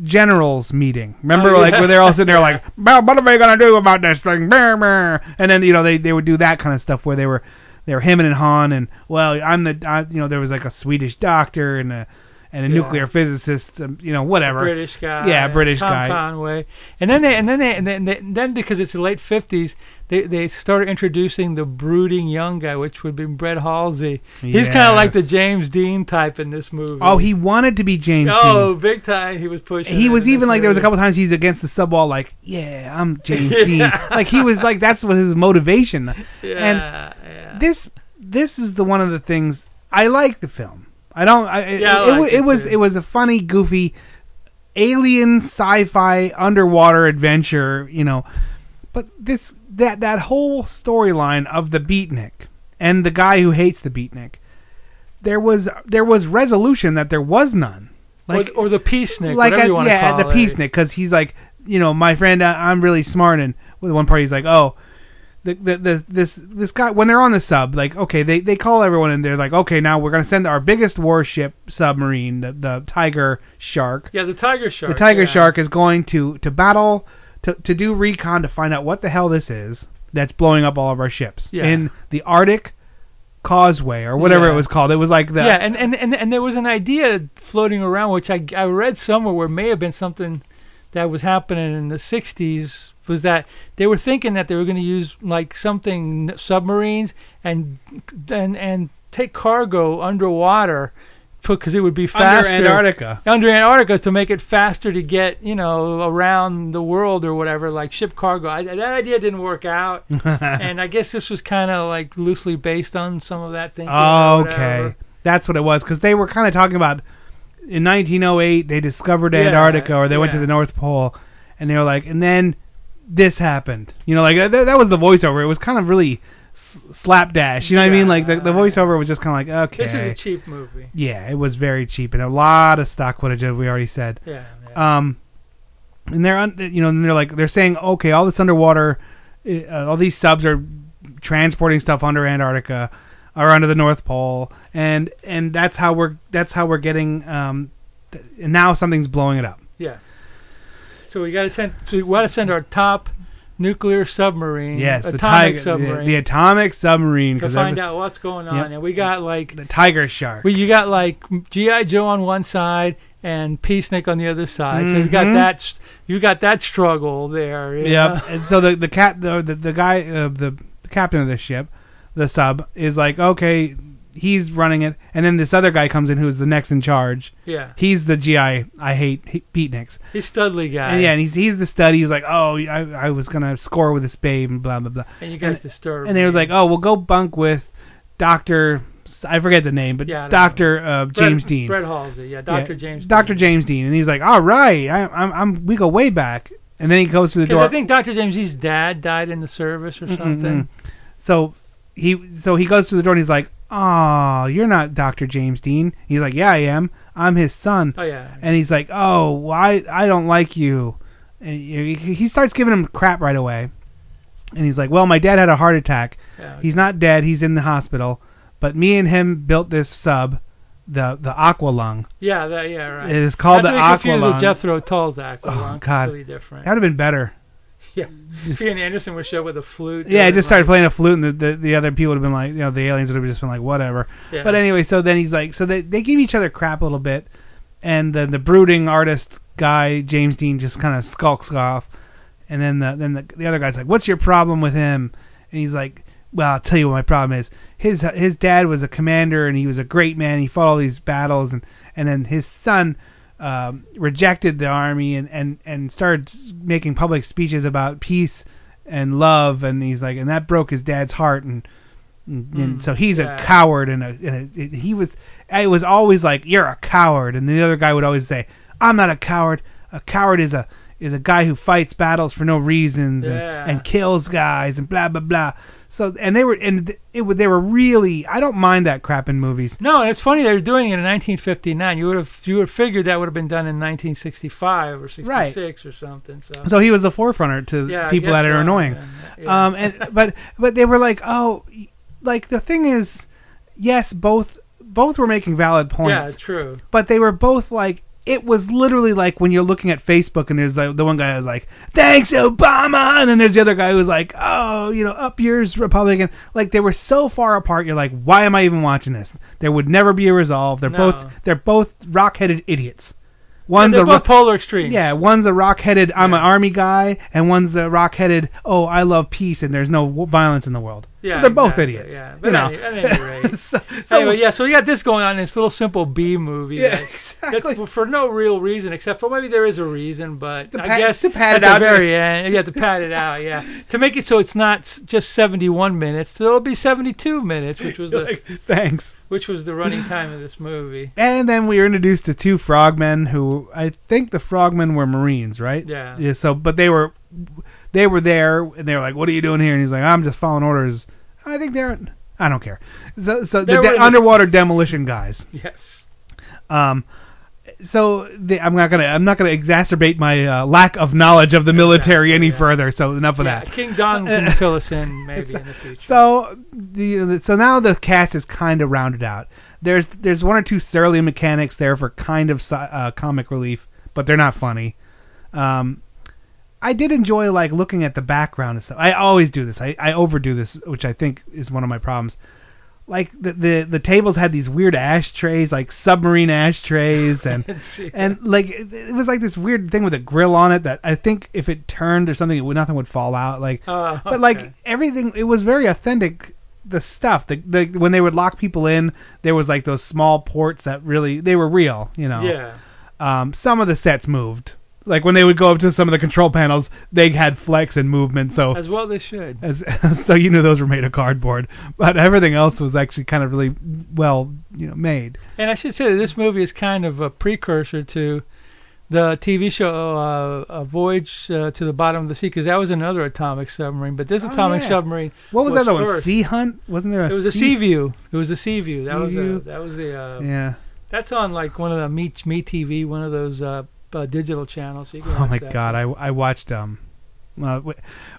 S1: generals meeting. Remember,
S4: Oh,
S1: like
S4: yeah.
S1: where they're all sitting there like, "Well, what are we gonna do about this thing? Brr, brr." And then you know they they would do that kind of stuff where they were they were him and Han, and well, I'm the I, you know there was like a Swedish doctor and a and a
S2: Yeah.
S1: nuclear physicist, um, you know whatever.
S2: British guy.
S1: Yeah, British
S2: Tom
S1: guy.
S2: Conway. And then they, and then they, and then, they, then because it's the late fifties, they they started introducing the brooding young guy, which would be Brett Halsey. He's kind
S1: Yes.
S2: of like the James Dean type in this movie.
S1: Oh, he wanted to be James. Dean.
S2: Oh, big time. He was pushing.
S1: he
S2: it
S1: was
S2: in
S1: even
S2: this
S1: like there was a
S2: movie.
S1: couple times he's against the sub wall like yeah I'm James
S2: Yeah.
S1: Dean like he was like that's what his motivation
S2: Yeah,
S1: and this this is the one of the things I like the film I don't I, it-
S2: Yeah, I
S1: it, wa-
S2: like
S1: it
S2: it
S1: was
S2: too.
S1: it was a funny goofy alien sci-fi underwater adventure you know but this that that whole storyline of the beatnik and the guy who hates the beatnik there was there was resolution that there was none like
S2: or, or the peace Nick,
S1: like
S2: whatever
S1: at,
S2: you want
S1: yeah,
S2: to call
S1: at the
S2: it.
S1: peace Nick, because he's like, you know, my friend, I, I'm really smart, and with one party he's like, oh, the, the the this this guy when they're on the sub, like, okay, they they call everyone and they're like, okay, now we're gonna send our biggest warship submarine, the the Tiger Shark,
S2: Yeah, the tiger shark.
S1: the Tiger
S2: yeah.
S1: Shark is going to to battle to to do recon to find out what the hell this is that's blowing up all of our ships
S2: Yeah.
S1: in the Arctic Causeway or whatever
S2: Yeah.
S1: it was called. It was like the
S2: yeah, and, and and and there was an idea floating around, which I I read somewhere where may have been something that was happening in the '60s. Was that they were thinking that they were going to use like something submarines and and and take cargo underwater because it would be faster
S1: Under Antarctica.
S2: under Antarctica to make it faster to get you know around the world or whatever like ship cargo. I, that idea didn't work out, and I guess this was kind of like loosely based on some of that thinking. or
S1: Oh,
S2: whatever.
S1: okay. That's what it was because they were kind of talking about in 1908 they discovered
S2: Yeah,
S1: Antarctica or they went to
S2: yeah.
S1: the North Pole and they were like and then this happened. You know like that, that was the voiceover. It was kind of really s- slapdash. You know what I mean? Like the the voiceover was just kind of like okay.
S2: This is a cheap movie.
S1: Yeah, it was very cheap and a lot of stock footage as we already said.
S2: Yeah,
S1: Um, and they're un- you know and they're like they're saying okay all this underwater, uh, all these subs are transporting stuff under Antarctica or under the North Pole and and that's how we're that's how we're getting um th- and now something's blowing it up.
S2: Yeah. So we got to send. So we got to send our top nuclear submarine.
S1: Yes, the
S2: atomic
S1: tiger,
S2: submarine.
S1: the, the atomic submarine
S2: to
S1: 'cause
S2: find
S1: every-
S2: out what's going on,
S1: Yep.
S2: and we got like
S1: the tiger shark.
S2: Well, you got like GI Joe on one side and Peacenik on the other side. So you got
S1: Mhm.
S2: that. s- You got that struggle there. you
S1: Yep.
S2: know?
S1: And so the the cat the the, the guy uh, the, the captain of the ship, the sub is like okay, he's running it, and then this other guy comes in who's the next in charge.
S2: Yeah.
S1: He's the GI. I hate he, beatniks.
S2: He's Studley guy.
S1: And yeah, and he's he's the stud. He's like, oh, I I was gonna score with this babe and blah blah blah.
S2: And you guys disturbed
S1: And they were
S2: me.
S1: like, oh, we'll go bunk with Doctor. I forget the name, but
S2: Yeah, I don't know.
S1: Doctor uh,
S2: Brett-
S1: James Dean.
S2: Brett Halsey. Yeah, Doctor James.
S1: Doctor James Dean, and he's like, all right, I, I'm I'm we go way back. And then he goes through the
S2: Because
S1: door.
S2: I think Doctor James Dean's dad died in the service or
S1: Mm, mm,
S2: something.
S1: mm. So he so he goes through the door and he's like, "Oh, you're not Dr. James Dean." He's like, "Yeah, I am. I'm his son."
S2: Oh yeah.
S1: And he's like, "Oh, why I don't like you." And he he starts giving him crap right away. And he's like, "Well, my dad had a heart attack. He's not dead. He's in the hospital. But me and him built this sub, the the Aqua Lung.
S2: Yeah, that, yeah, right.
S1: It is called the
S2: Not to be confused with
S1: Aqualung.
S2: Jethro Tull's Aqualung.
S1: Oh God,
S2: completely different.
S1: That would have been better.
S2: Yeah, Ian Anderson would show up with a flute.
S1: Yeah, I just
S2: Like,
S1: started playing a flute, and the, the the other people would have been like, you know, the aliens would have just been like, whatever.
S2: Yeah.
S1: But anyway, so then he's like, so they they give each other crap a little bit, and then the brooding artist guy James Dean just kind of skulks off, and then the then the, the other guy's like, what's your problem with him? And he's like, well, I'll tell you what my problem is. His his dad was a commander, and he was a great man. He fought all these battles, and and then his son um, rejected the army and, and, and started making public speeches about peace and love and he's like and that broke his dad's heart and and, and
S14: Mm,
S1: so he's
S14: yeah.
S1: a coward and a, and a, it, he was it was always like you're a coward and the other guy would always say I'm not a coward a coward is a is a guy who fights battles for no reasons
S14: Yeah.
S1: and, and kills guys and blah blah blah so and they were and it would they were really I don't mind that crap in movies
S2: No, and it's funny they're doing it in 1959. You would have you would have figured that would have been done in 1965 or 66
S1: Right.
S2: or something. So.
S1: So he was the forerunner to
S2: Yeah, I
S1: people that
S2: guess
S1: are
S2: so,
S1: annoying.
S2: yeah, yeah.
S1: Um, and but but they were like, oh, y- like the thing is, yes, both both were making valid
S2: yeah,
S1: points,
S2: true.
S1: but they were both like. It was literally like when you're looking at Facebook and there's like, the one guy who's like, "Thanks Obama," and then there's the other guy who's like, "Oh, you know, up yours Republican." Like they were so far apart. You're like, "Why am I even watching this?" There would never be a resolve. They're
S2: No.
S1: both they're both rock-headed idiots. One's
S2: they're
S1: a
S2: both
S1: ro-
S2: polar extremes.
S1: yeah, one's a rock-headed "I'm an army guy," and one's the rock-headed "Oh, I love peace and there's no w- violence in the world."
S2: Yeah,
S1: so they're both
S2: exactly,
S1: idiots.
S2: Yeah, but
S1: you know.
S2: at, any, at any rate.
S1: so,
S2: anyway, yeah, so we got this going on in this little simple B movie.
S1: Yeah,
S2: that- That's for no real reason, except for maybe there is a reason, but
S1: To
S2: I
S1: pat-
S2: guess
S1: to pat
S2: at
S1: it
S2: the
S1: out.
S2: very end, you have to pat it out, yeah, to make it so it's not s- just 71 minutes. There'll be 72 minutes, which was the
S1: thanks.
S2: which was the running time of this movie.
S1: And then we were introduced to two frogmen who I think the frogmen were Marines, right?
S2: Yeah.
S1: Yeah. So, but they were they were there, and they were like, "What are you doing here?" And he's like, "I'm just following orders." I think they're I don't care. So, so
S2: They
S1: the
S2: were in
S1: de-
S2: the-
S1: underwater demolition guys.
S2: Yes.
S1: Um, so the, I'm not gonna I'm not gonna exacerbate my uh, lack of knowledge of the military any further. So enough of that. Uh,
S2: King Don can fill us in maybe in the future.
S1: So the so now the cast is kind of rounded out. There's there's one or two surly mechanics there for kind of si- uh, comic relief, but they're not funny. Um, I did enjoy like looking at the background and stuff. I always do this. I, I overdo this, which I think is one of my problems. Like the the the tables had these weird ashtrays, like submarine ashtrays, and and like it, it was like this weird thing with a grill on it that I think if it turned or something, it would nothing would fall out. Like
S2: Uh,
S1: but like
S2: okay.
S1: everything it was very authentic the stuff the, the when they would lock people in there was like those small ports that really they were real you know
S2: yeah.
S1: um some of the sets moved like when they would go up to some of the control panels they had flex and movement so
S2: As well they should.
S1: as, so you knew those were made of cardboard but everything else was actually kind of really well you know made
S2: And I should say that this movie is kind of a precursor to the TV show uh, uh, Voyage uh, to the Bottom of the Sea, because that was another atomic submarine. But this
S1: Oh,
S2: atomic
S1: yeah.
S2: submarine.
S1: what was,
S2: was
S1: that other one
S2: first.
S1: sea hunt wasn't there a
S2: It was a Sea View. It was a Sea View. That was
S1: View.
S2: a, that was the. Uh,
S1: yeah
S2: That's on like one of the Me Me TV, one of those uh, uh, digital channels. So you can
S1: Oh
S2: watch
S1: my
S2: that.
S1: god, I I watched um. Uh, w-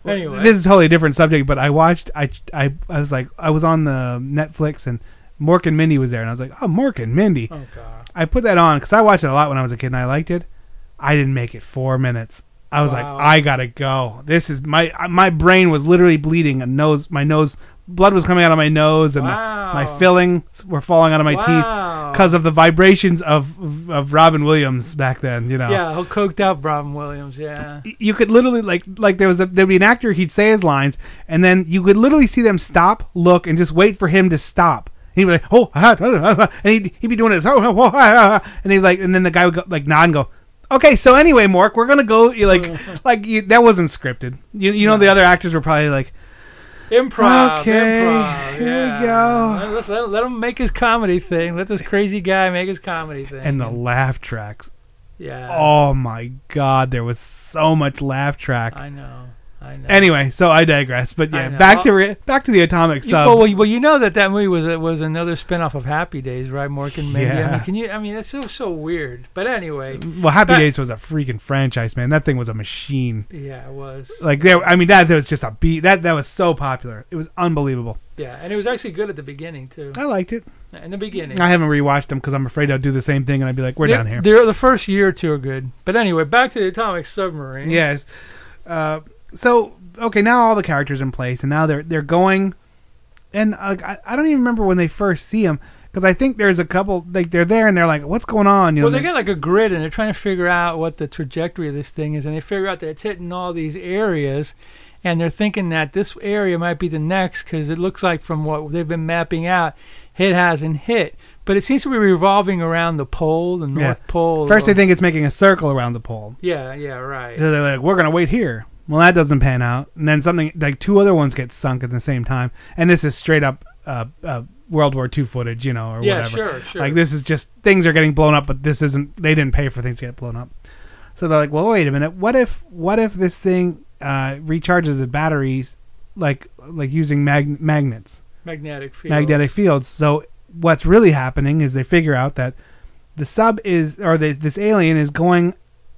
S1: w-
S2: Anyway.
S1: this is a totally different subject, but I watched I I I was like I was on the Netflix and Mork and Mindy was there, and I was like, oh Mork and Mindy.
S2: Oh god.
S1: I put that on because I watched it a lot when I was a kid and I liked it. I didn't make it four minutes. I was
S2: Wow.
S1: like, I gotta go. This is my I- my brain was literally bleeding and nose my nose blood was coming out of my nose and my,
S2: Wow.
S1: my fillings were falling out of my
S2: Wow.
S1: teeth because of the vibrations of of Robin Williams back then. You know
S2: Yeah, who coked out Robin Williams? Yeah.
S1: you could literally like like there was a there'd be an actor he'd say his lines and then you could literally see them stop look and just wait for him to stop he'd be like oh ah, ah, ah, ah," and he'd, he'd be doing this oh, oh, oh, ah, ah," and he'd like and then the guy would go, like nod and go okay so anyway Mork we're gonna go you like like you, that wasn't scripted you you know the other actors were probably like
S2: Improv.
S1: Okay,
S2: Improv.
S1: here we
S2: yeah.
S1: go.
S2: Let, let, let him make his comedy thing. Let this crazy guy make his comedy thing.
S1: and the laugh tracks
S2: yeah.
S1: oh my god there was so much laugh track
S2: I know.
S1: Anyway, so I digress. But
S2: I
S1: yeah,
S2: know.
S1: back to re- back to the atomic
S2: You,
S1: sub.
S2: well, well, well, you know that that movie was a- was another spin-off of Happy Days, right, Morgan? Maybe. I
S1: Yeah. Mm.
S2: mean, can you? I mean, that's so so weird. But anyway.
S1: Well, Happy
S2: back-
S1: Days was a freaking franchise, man. That thing was a machine.
S2: Yeah, it was.
S1: Like there, I mean, that, that was just a beat. That that was so popular. It was unbelievable.
S2: Yeah, and it was actually good at the beginning too.
S1: I liked it.
S2: In the beginning.
S1: I haven't rewatched them because I'm afraid I'll do the same thing and I'd be like, we're
S2: They're-
S1: down here.
S2: They're, the first year or two are good. But anyway, back to the Atomic Submarine.
S1: Yes. Uh, so okay, now all the characters in place, and now they're they're going, and uh, I I don't even remember when they first see them because I think there's a couple like they're there and they're like, what's going on? You
S2: well,
S1: know,
S2: they got like a grid, and they're trying to figure out what the trajectory of this thing is, and they figure out that it's hitting all these areas, and they're thinking that this area might be the next because it looks like from what they've been mapping out, it hasn't hit. But it seems to be revolving around the pole, the
S1: Yeah.
S2: North Pole.
S1: First,
S2: or-
S1: they think it's making a circle around the pole.
S2: Yeah, yeah, right.
S1: So they're like, we're gonna wait here. Well, that doesn't pan out, and then something like two other ones get sunk at the same time, and this is straight up uh, uh, World War II footage, you know, or
S2: Yeah,
S1: whatever.
S2: sure, sure.
S1: Like this is just things are getting blown up, but this isn't. They didn't pay for things to get blown up, so they're like, well, wait a minute. What if what if this thing uh, recharges the batteries, like like using mag- magnets,
S2: Magnetic field.
S1: magnetic fields? So what's really happening is they figure out that the sub is or the, this alien is going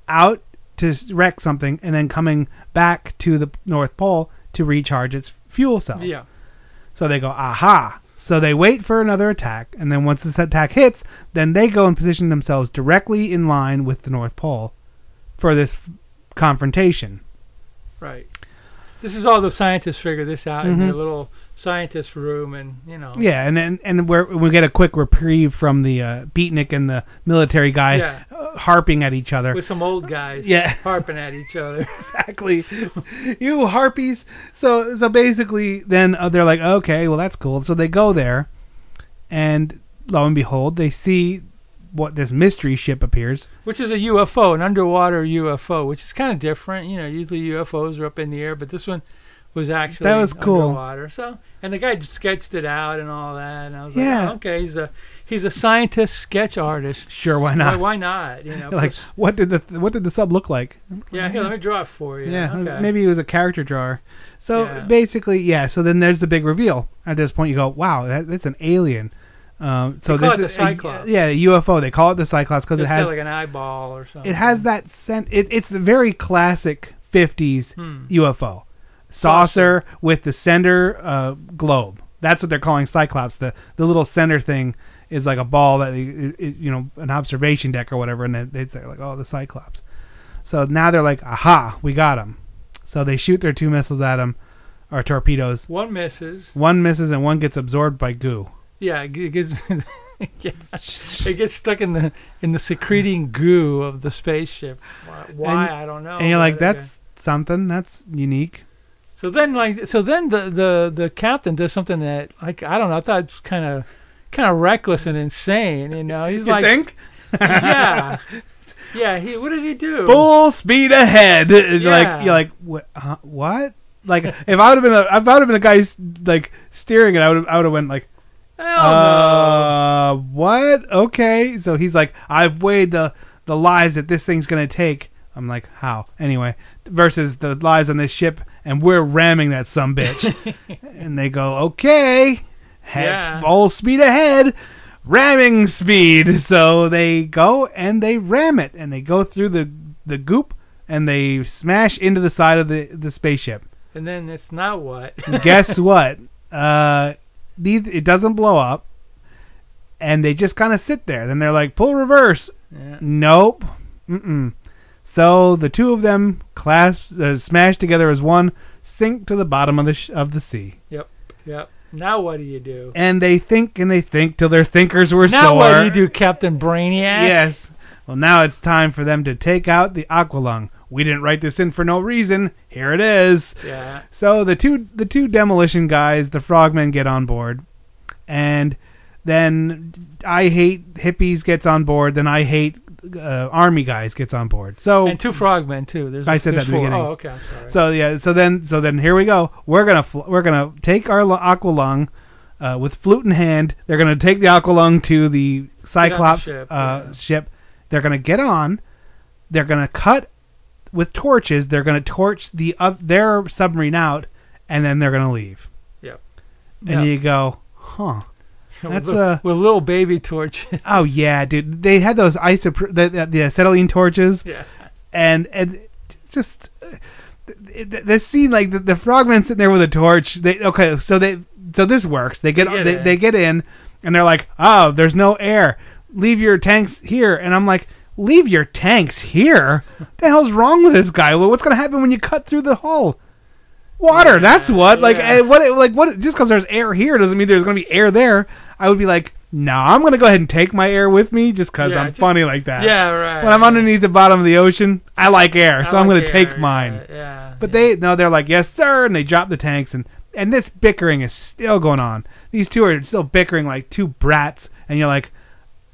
S1: out to s- wreck something and then coming back to the North Pole to recharge its fuel cells.
S2: Yeah.
S1: So they go, aha. So they wait for another attack, and then once this attack hits, then they go and position themselves directly in line with the North Pole for this f- confrontation.
S2: Right. This is all the scientists figure this out in their
S1: Mhm.
S2: little scientist room, and you know.
S1: Yeah, and and, and we're, we get a quick reprieve from the uh, beatnik and the military guy
S2: Yeah.
S1: uh, harping at each other.
S2: With some old guys.
S1: Yeah.
S2: Harping at each other.
S1: exactly. you harpies. So so basically, then uh, they're like, okay, well that's cool. So they go there, and lo and behold, they see what this mystery ship appears.
S2: which is a UFO, an underwater UFO, which is kind of different. You know, usually UFOs are up in the air, but this one was actually
S1: That was cool.
S2: underwater. So, and the guy just sketched it out and all that, and I was
S1: Yeah.
S2: like, oh, okay, he's a he's a scientist sketch artist.
S1: Sure, why
S2: Why,
S1: not?
S2: why not? You know,
S1: like,
S2: plus-
S1: what did the what did the sub look like?
S2: yeah, here, let me draw it for you.
S1: Yeah,
S2: okay.
S1: maybe he was a character drawer. So
S2: Yeah.
S1: basically, yeah. So then there's the big reveal. At this point, you go, wow, that, that's an alien. Um, so
S2: They call
S1: this
S2: it
S1: is
S2: the Cyclops.
S1: A, yeah, a UFO. They call it the Cyclops because
S2: It's
S1: it
S2: got
S1: has
S2: like an eyeball or something.
S1: it has that scent. It, it's the very classic 50s
S2: Hmm.
S1: UFO saucer with the sender uh, globe. That's what they're calling Cyclops. The the little sender thing is like a ball that it, it, you know an observation deck or whatever, and they they're like, oh, the Cyclops. So now they're like, aha, we got him. So they shoot their two missiles at him, or torpedoes.
S2: one misses.
S1: One misses and one gets absorbed by goo.
S2: Yeah, it g- it gets yeah, it gets stuck in the in the secreting goo of the spaceship. Why? why, I don't know.
S1: And you're like,
S2: but, uh,
S1: that's something. That's unique.
S2: So then, like, so then the the the captain does something that, like, I don't know. I thought it was kind of kind of reckless and insane. You know, he's
S1: You
S2: like,
S1: think?
S2: yeah, yeah. He what does he do?
S1: full speed ahead. And you're
S2: Yeah.
S1: Like you're like what? Huh, what? Like if I would have been a, if I would have been the guy like steering it, I would I would have went like
S2: Hell Oh, no.
S1: uh what? Okay, so he's like I've weighed the the lives that this thing's gonna take. I'm like how anyway versus the lives on this ship, and we're ramming that some
S2: Oh.
S1: bitch. and they go okay, head,
S2: Yeah.
S1: full speed ahead. Ramming speed, so they go and they ram it, and they go through the the goop, and they smash into the side of the the spaceship.
S2: And then it's not what.
S1: Guess what? Uh, these it doesn't blow up, and they just kind of sit there. Then they're like, pull reverse.
S2: Yeah.
S1: Nope. Mm-mm. So the two of them clash, uh, smash together as one, sink to the bottom of the sh- of the sea.
S2: Yep. Yep. Now what do you do?
S1: And they think and they think till their thinkers were
S2: now
S1: sore.
S2: what do you do, Captain Brainiac?
S1: Yes. Well, now it's time for them to take out the Aqualung. We didn't write this in for no reason. Here it is.
S2: Yeah.
S1: So the two the two demolition guys, the frogmen, get on board, and then I hate hippies gets on board. Then I hate uh, army guys gets on board. So
S2: And two frogmen too. There's
S1: Oh. I said that
S2: there's
S1: in the
S2: four.
S1: beginning.
S2: Oh, okay. I'm sorry.
S1: so yeah, so then so then here we go. We're gonna fl- we're gonna take our lo- aqualung uh, with flute in hand. They're gonna take the aqualung to the
S2: on the
S1: Cyclops
S2: ship,
S1: uh, ship. They're gonna get on. They're gonna cut with torches. They're going to torch the uh, their submarine out, and then they're going to leave.
S2: Yep.
S1: And
S2: Yep.
S1: you go, huh? That's uh,
S2: with,
S1: a
S2: with little baby torch.
S1: oh yeah, dude. They had those isopro the, the, the acetylene torches.
S2: Yeah.
S1: And and just uh, th- th- this scene like the, the frogman sitting there with a torch. They okay, so they so this works. They get
S2: They get
S1: they,
S2: in.
S1: they get in and they're like, oh, there's no air. Leave your tanks here. And I'm like. Leave your tanks here. What the hell's wrong with this guy? Well, What's gonna happen when you cut through the hull? Water. that's what. Like,
S2: yeah.
S1: eh, what? Like, what? Just because there's air here doesn't mean there's gonna be air there. I would be like, no, I'm gonna go ahead and take my air with me just 'cause
S2: Yeah,
S1: I'm
S2: just-
S1: funny like that.
S2: Yeah, right,
S1: When I'm underneath the bottom of the ocean, I like air,
S2: I
S1: so I'm
S2: like
S1: gonna
S2: air,
S1: take mine.
S2: Yeah. yeah.
S1: But they no, they're like, yes, sir, and they drop the tanks, and and this bickering is still going on. These two are still bickering like two brats, and you're like,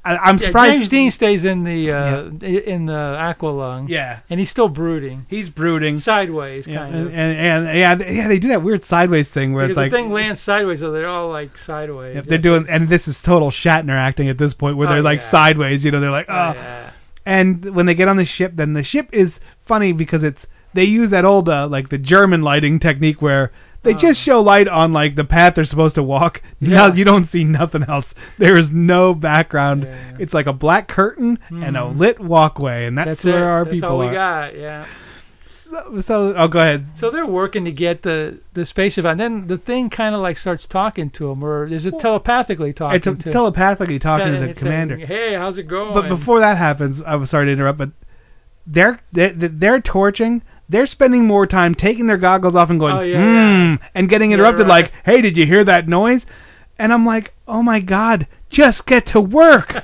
S1: I, I'm
S2: Yeah,
S1: surprised.
S2: James Dean stays in the uh, i in the aqua lung.
S1: Yeah.
S2: and he's still brooding.
S1: He's brooding
S2: sideways,
S1: yeah,
S2: kind
S1: and,
S2: of.
S1: and, and yeah, they- yeah, they do that weird sideways thing where it's
S2: because
S1: like
S2: the thing lands sideways, so they're all like sideways.
S1: if they're doing, and this is total Shatner acting at this point where
S2: Oh,
S1: they're like
S2: yeah.
S1: sideways, you know, they're like, oh, And when they get on the ship, then the ship is funny because it's they use that old uh, like the German lighting technique where
S2: Oh.
S1: they just show light on like the path they're supposed to walk. Now you don't see nothing else. There is no background. It's like a black curtain and a
S2: Mhm.
S1: lit walkway, and that's,
S2: That's
S1: where
S2: it.
S1: our
S2: That's
S1: people
S2: all we
S1: are.
S2: got. Yeah.
S1: So, so, oh, go ahead.
S2: So they're working to get the the spaceship, out. and then the thing kind of like starts talking to him, or is it telepathically talking
S1: It's
S2: to?
S1: telepathically talking
S2: Yeah,
S1: to
S2: and
S1: the
S2: it's
S1: commander.
S2: saying, hey, how's it going?
S1: But before that happens, I'm sorry to interrupt, but they're they're, they're torching. They're spending more time taking their goggles off and going,
S2: Oh, yeah,
S1: hmm, and getting
S2: Yeah,
S1: interrupted
S2: right.
S1: like, hey, did you hear that noise? And I'm like, oh my god, just get to work.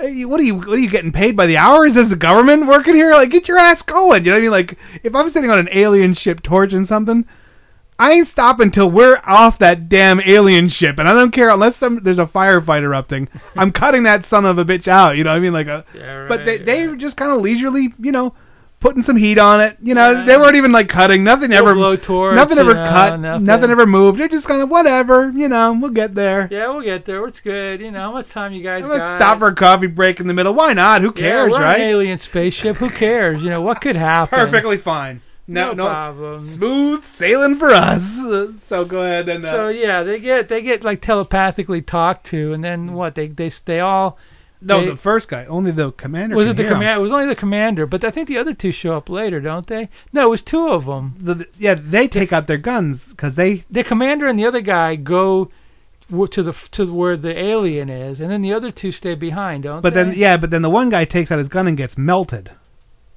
S1: Hey, what are you? What are you getting paid by the hour? Is this the government working here? Like, get your ass going. You know what I mean? Like, if I'm sitting on an alien ship torching something, I ain't stopping till we're off that damn alien ship, and I don't care unless some, there's a firefight erupting. I'm cutting that son of a bitch out. You know what I mean? Like a, but they they were just kind of leisurely, you know, putting some heat on it. You know, they weren't even like cutting. Nothing
S2: No
S1: ever
S2: blowtorch,
S1: nothing ever
S2: you know,
S1: cut.
S2: nothing.
S1: ever moved. They're just kind of whatever. You know, we'll get there.
S2: yeah, we'll get there. It's good. You know, how much time you guys
S1: Let's
S2: got?
S1: stop for a coffee break in the middle. Why not? Who cares,
S2: yeah, we're
S1: right?
S2: An alien spaceship. Who cares? You know what could happen?
S1: Perfectly fine. No,
S2: No
S1: no, Smooth sailing for us. Uh, So go ahead and. Uh,
S2: So yeah, they get they get like telepathically talked to, and then what? They they they all.
S1: no,
S2: they-
S1: the first guy, only the commander.
S2: was
S1: can
S2: it the
S1: hear 'em.
S2: command? It was only the commander, but I think the other two show up later, don't they? No, it was two of them.
S1: The, the- yeah, they take out their guns because they
S2: The commander and the other guy go w- to the f- to where the alien is, and then the other two stay behind, don't
S1: But
S2: they?
S1: then, yeah, but then the one guy takes out his gun and gets melted.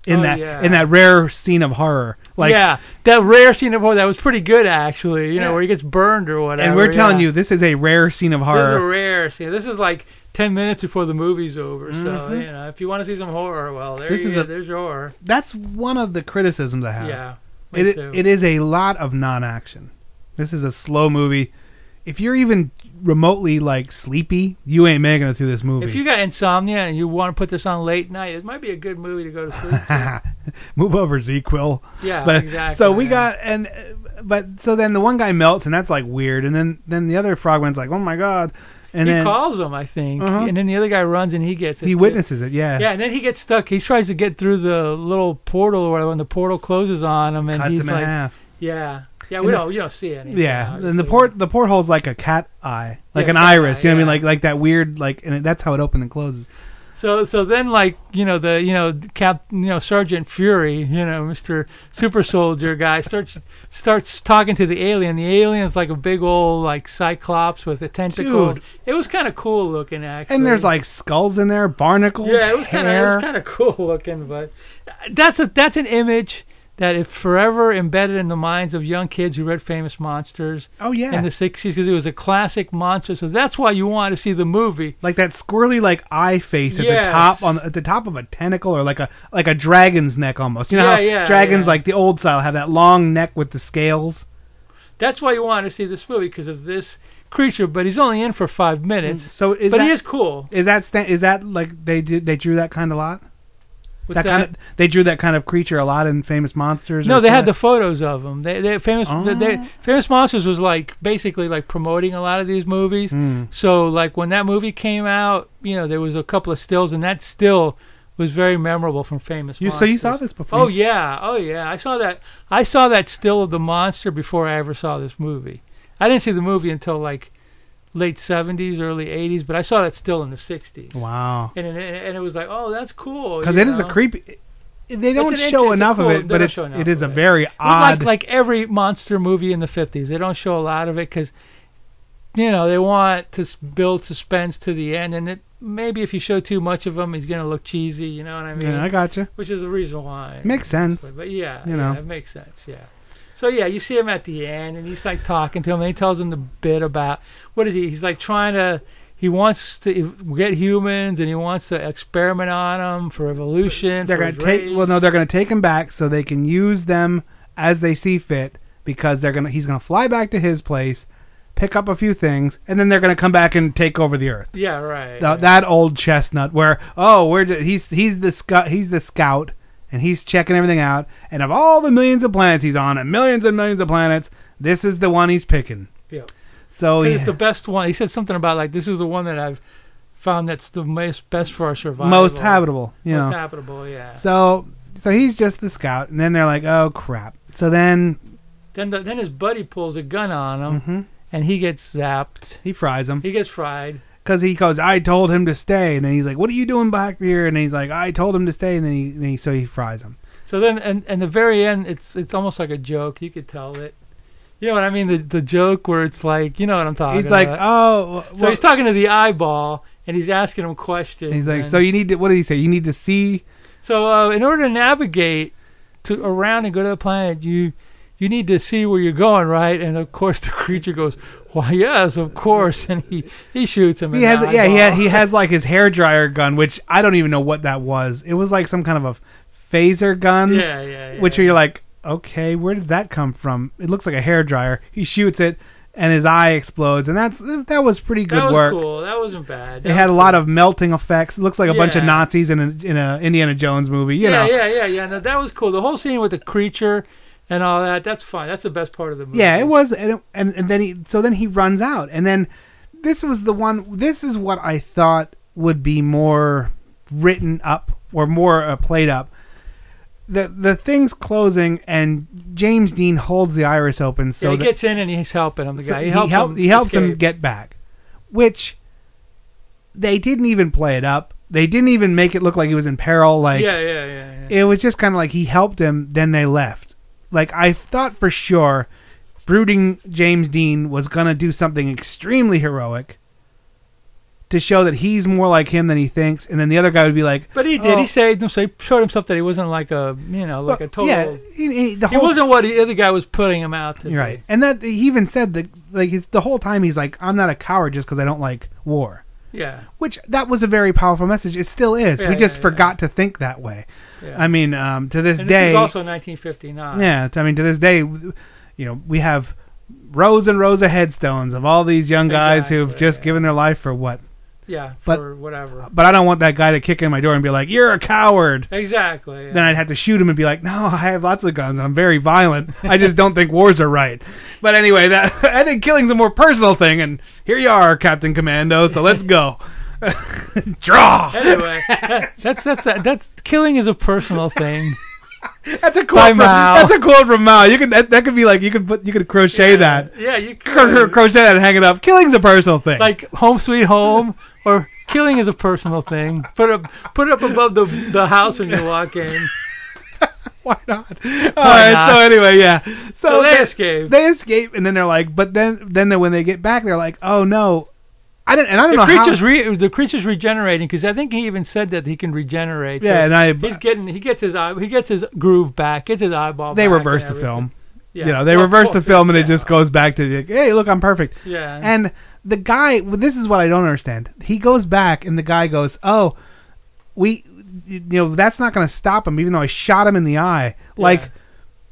S1: In
S2: Oh,
S1: that,
S2: yeah.
S1: in that rare scene of horror, like,
S2: yeah, that rare scene of horror that was pretty good actually. You know, where he gets burned or whatever.
S1: and we're telling
S2: yeah.
S1: you, this is a rare scene of
S2: This is a
S1: horror.
S2: rare scene. This is like ten minutes before the movie's over. So
S1: Mhm.
S2: you know, if you want to see some horror, well, there
S1: This
S2: you
S1: is
S2: go.
S1: a-
S2: there's your horror.
S1: That's one of the criticisms I have.
S2: Yeah, me
S1: it,
S2: too.
S1: it is a lot of non-action. This is a slow movie. If you're even remotely like sleepy, you ain't making it through this movie.
S2: If you got insomnia and you want to put this on late night, it might be a good movie to go to sleep to.
S1: Move over, Z-Quill.
S2: Yeah,
S1: but,
S2: Oh, exactly,
S1: So we
S2: yeah.
S1: got and uh, but so then the one guy melts and that's like weird, and then then the other frogman's like, oh my god, and
S2: he
S1: then
S2: calls him, I think,
S1: Uh-huh.
S2: and then the other guy runs and he gets it.
S1: he
S2: too.
S1: witnesses it. Yeah.
S2: Yeah, and then he gets stuck. He tries to get through the little portal or whatever, and the portal closes on him, and
S1: Cuts
S2: he's
S1: him in
S2: like,
S1: half.
S2: yeah, yeah,
S1: And
S2: we
S1: the-
S2: don't, you don't see anything.
S1: Yeah,
S2: obviously.
S1: and the port the porthole's like a cat eye, like
S2: Yeah,
S1: an
S2: cat
S1: iris.
S2: eye,
S1: you know what I mean?
S2: yeah.
S1: Like like that weird like, and it, that's how it opens and closes.
S2: So so then like you know the you know cap you know Sergeant Fury you know Mr Super Soldier guy starts starts talking to the alien. The alien's like a big old like cyclops with a tentacle.
S1: Dude.
S2: It was kind of cool looking actually.
S1: And there's like skulls in there, barnacles.
S2: yeah, it was kind of it
S1: hair.
S2: was kind of cool looking, but that's a that's an image that is forever embedded in the minds of young kids who read Famous Monsters.
S1: Oh, yeah.
S2: in the 60s because it was a classic monster. So that's why you want to see the movie.
S1: like that squirrely like eye face at the
S2: Yes.
S1: top on at the top of a tentacle or like a like a dragon's neck almost. You know
S2: Yeah,
S1: how
S2: yeah,
S1: dragons
S2: yeah.
S1: like the old style have that long neck with the scales.
S2: That's why you want to see this movie because of this creature. But he's only in for five minutes.
S1: So is
S2: but
S1: that,
S2: he is cool.
S1: Is that sta- is that like they did they drew that kind of lot?
S2: What's
S1: that, kind of they drew that kind of creature a lot in famous monsters.
S2: no,
S1: or
S2: they had the
S1: something?
S2: photos of him. They, they famous. They,
S1: Oh.
S2: they, famous monsters was like basically like promoting a lot of these
S1: Hmm.
S2: movies. So like when that movie came out, you know there was a couple of stills, and that still was very memorable from famous.
S1: You- so you saw
S2: Monsters.
S1: this before?
S2: Oh yeah, oh yeah. I saw that. I saw that still of the monster before I ever saw this movie. I didn't see the movie until like late '70s, early '80s, but I saw that still in the '60s.
S1: Wow.
S2: And, and, and it was like, oh, that's cool.
S1: Because
S2: you
S1: it is
S2: know?
S1: a creepy. They
S2: It's
S1: don't
S2: an
S1: show
S2: int- it's a
S1: enough
S2: cool-
S1: of
S2: they
S1: it, but
S2: don't
S1: it's
S2: show enough
S1: it is a
S2: of
S1: very
S2: It's
S1: odd.
S2: Like, like every monster movie in the 50s, they don't show a lot of it because, you know, they want to s- build suspense to the end, and it maybe if you show too much of him, he's gonna look cheesy. You know what I mean?
S1: Yeah, I gotcha.
S2: Which is the reason why.
S1: Makes sense.
S2: But yeah,
S1: You
S2: yeah,
S1: know.
S2: it makes sense. Yeah. So yeah, you see him at the end, and he's like talking to him, and he tells him the bit about what is he? He's like trying to. He wants to e, get humans, and he wants to experiment on them for evolution.
S1: they're gonna
S2: for his
S1: take. Well, no, they're gonna take him back so they can use them as they see fit because they're gonna. He's gonna fly back to his place, pick up a few things, and then they're gonna come back and take over the earth.
S2: Yeah, right.
S1: Now, that old chestnut where oh we're ju- he's he's the scout he's the scout and he's checking everything out and of all the millions of planets he's on and millions and millions of planets this is the one he's picking
S2: Yeah.
S1: so
S2: Said
S1: yeah,
S2: It's the best one. He said something about like this is the one that I've found that's the most best for our survival.
S1: most habitable you
S2: most
S1: know
S2: habitable, yeah.
S1: so so he's just the scout and then they're like oh crap so then
S2: Then the, then his buddy pulls a gun on him,
S1: Mhm.
S2: and he gets zapped.
S1: he fries him
S2: He gets fried.
S1: because he goes I told him to stay and then he's like what are you doing back here and he's like I told him to stay and then he, then he so he fries him
S2: So then, and and the very end, it's it's almost like a joke. You could tell it. You know what I mean? The the joke where it's like, you know what I'm talking
S1: he's like
S2: about.
S1: oh
S2: so he's talking to the eyeball, and he's asking him questions.
S1: and he's like
S2: and-
S1: so you need to what did he say you need to see
S2: So uh, in order to navigate to around and go to the planet, you you need to see where you're going, right? And of course, the creature goes, "Why, yes, of course," and he he shoots him.
S1: He
S2: in
S1: has,
S2: the
S1: yeah, he has,
S2: eyeball.
S1: he has like his hair dryer gun, which I don't even know what that was. It was like some kind of a phaser gun.
S2: Yeah, yeah, yeah.
S1: Which you're like, okay, where did that come from? It looks like a hair dryer. He shoots it, and his eye explodes, and that's that was pretty good
S2: that was
S1: work.
S2: cool. That wasn't bad.
S1: It had a lot of melting effects. It looks like a bunch of
S2: Yeah.
S1: Nazis in a in a Indiana Jones movie. You
S2: yeah,
S1: know.
S2: yeah, yeah, yeah. No, that was cool. The whole scene with the creature and all that. That's fine. That's the best part of the movie.
S1: Yeah, it was, and, it- and and then he so then he runs out, and then this was the one. This is what I thought would be more written up or more uh, played up. The the thing's closing, and James Dean holds the iris open so
S2: yeah, he
S1: that
S2: gets in and he's helping him. The
S1: so
S2: guy. He helps
S1: help-
S2: him.
S1: he helps him
S2: escape.
S1: get back, which they didn't even play it up. They didn't even make it look like he was in peril. Like
S2: yeah, yeah, yeah, yeah.
S1: it was just kind of like he helped him, then they left. Like I thought for sure, brooding James Dean was gonna do something extremely heroic to show that he's more like him than he thinks, and then the other guy would be like,
S2: But he did.
S1: oh,
S2: He saved him. So he showed himself that he wasn't like a you know like a total.
S1: yeah, he, he- the
S2: He
S1: whole
S2: wasn't what the other guy was putting him out to. be.
S1: right, and that he even said that like his, the whole time he's like, I'm not a coward just because I don't like war.
S2: Yeah.
S1: Which that was a very powerful message. It still is.
S2: Yeah,
S1: we just
S2: yeah, yeah.
S1: forgot to think that way.
S2: yeah.
S1: I mean, um, to this
S2: and
S1: day,
S2: This is also 1959.
S1: Yeah, t- I mean to this day, w- you know, we have rows and rows of headstones of all these young guys who've
S2: Exactly,
S1: just given their life for what.
S2: Yeah.
S1: But-
S2: For whatever.
S1: But I don't want that guy to kick in my door and be like, "You're a coward."
S2: Exactly. yeah.
S1: Then I'd have to shoot him and be like, "No, I have lots of guns. I'm very violent. I just don't think wars are right." But anyway, that I think killing's a more personal thing. And here you are, Captain Commando. So let's go. Draw.
S2: Anyway, that's that's that, that's killing is a personal thing.
S1: That's a quote
S2: By
S1: from
S2: Mao.
S1: That's a quote from Mao. You could that, that could be like you could put you could crochet that.
S2: Yeah, you
S1: Cro- cro-
S2: could.
S1: crochet that and hang it up. Killing's a personal thing.
S2: like home sweet home or killing is a personal thing. Put up put it up above the the house when you walk in.
S1: why not? All right.
S2: not?
S1: So anyway, yeah. So,
S2: So they escape.
S1: They escape, and then they're like, but then then they- when they get back, they're like, oh no, I don't. And I don't know
S2: the
S1: how.
S2: creature's re- the creature's regenerating because I think he even said that he can regenerate.
S1: Yeah,
S2: so
S1: and I-
S2: he's getting he gets his eye he gets his groove back, gets his eyeball.
S1: they
S2: back and
S1: reverse the
S2: everything.
S1: film.
S2: Yeah.
S1: You know, they
S2: Well, of
S1: reverse the
S2: course,
S1: film, and it
S2: yeah.
S1: just goes back to like, hey, look, I'm perfect.
S2: Yeah.
S1: And the guy, well, this is what I don't understand. He goes back, and the guy goes, "Oh, we, you know, that's not going to stop him, even though I shot him in the eye." Like,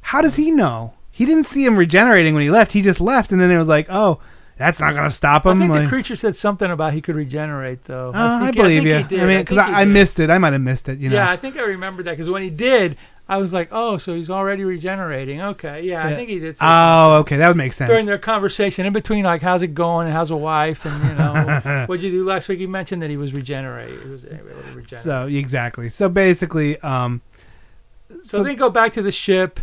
S1: how does he know? He didn't see him regenerating when he left. He just left, and then it was like, "Oh, that's not going to stop him.
S2: I think the
S1: like-
S2: creature said something about he could regenerate, though.
S1: Uh, I
S2: think-
S1: believe
S2: think
S1: you.
S2: he did.
S1: I mean,
S2: think
S1: because
S2: he
S1: I, I
S2: did.
S1: missed it. I might have missed it. You know.
S2: Yeah, I think I remember that because when he did, I was like, oh, so he's already regenerating. Okay, yeah, Uh, I think he did. something.
S1: Oh, okay, that would make sense.
S2: During their conversation, in between, like, how's it going and how's the wife and, you know, what'd you do last week? He mentioned that he was regenerating. He was able to regenerate.
S1: So exactly. So basically, um,
S2: So they go back to the ship,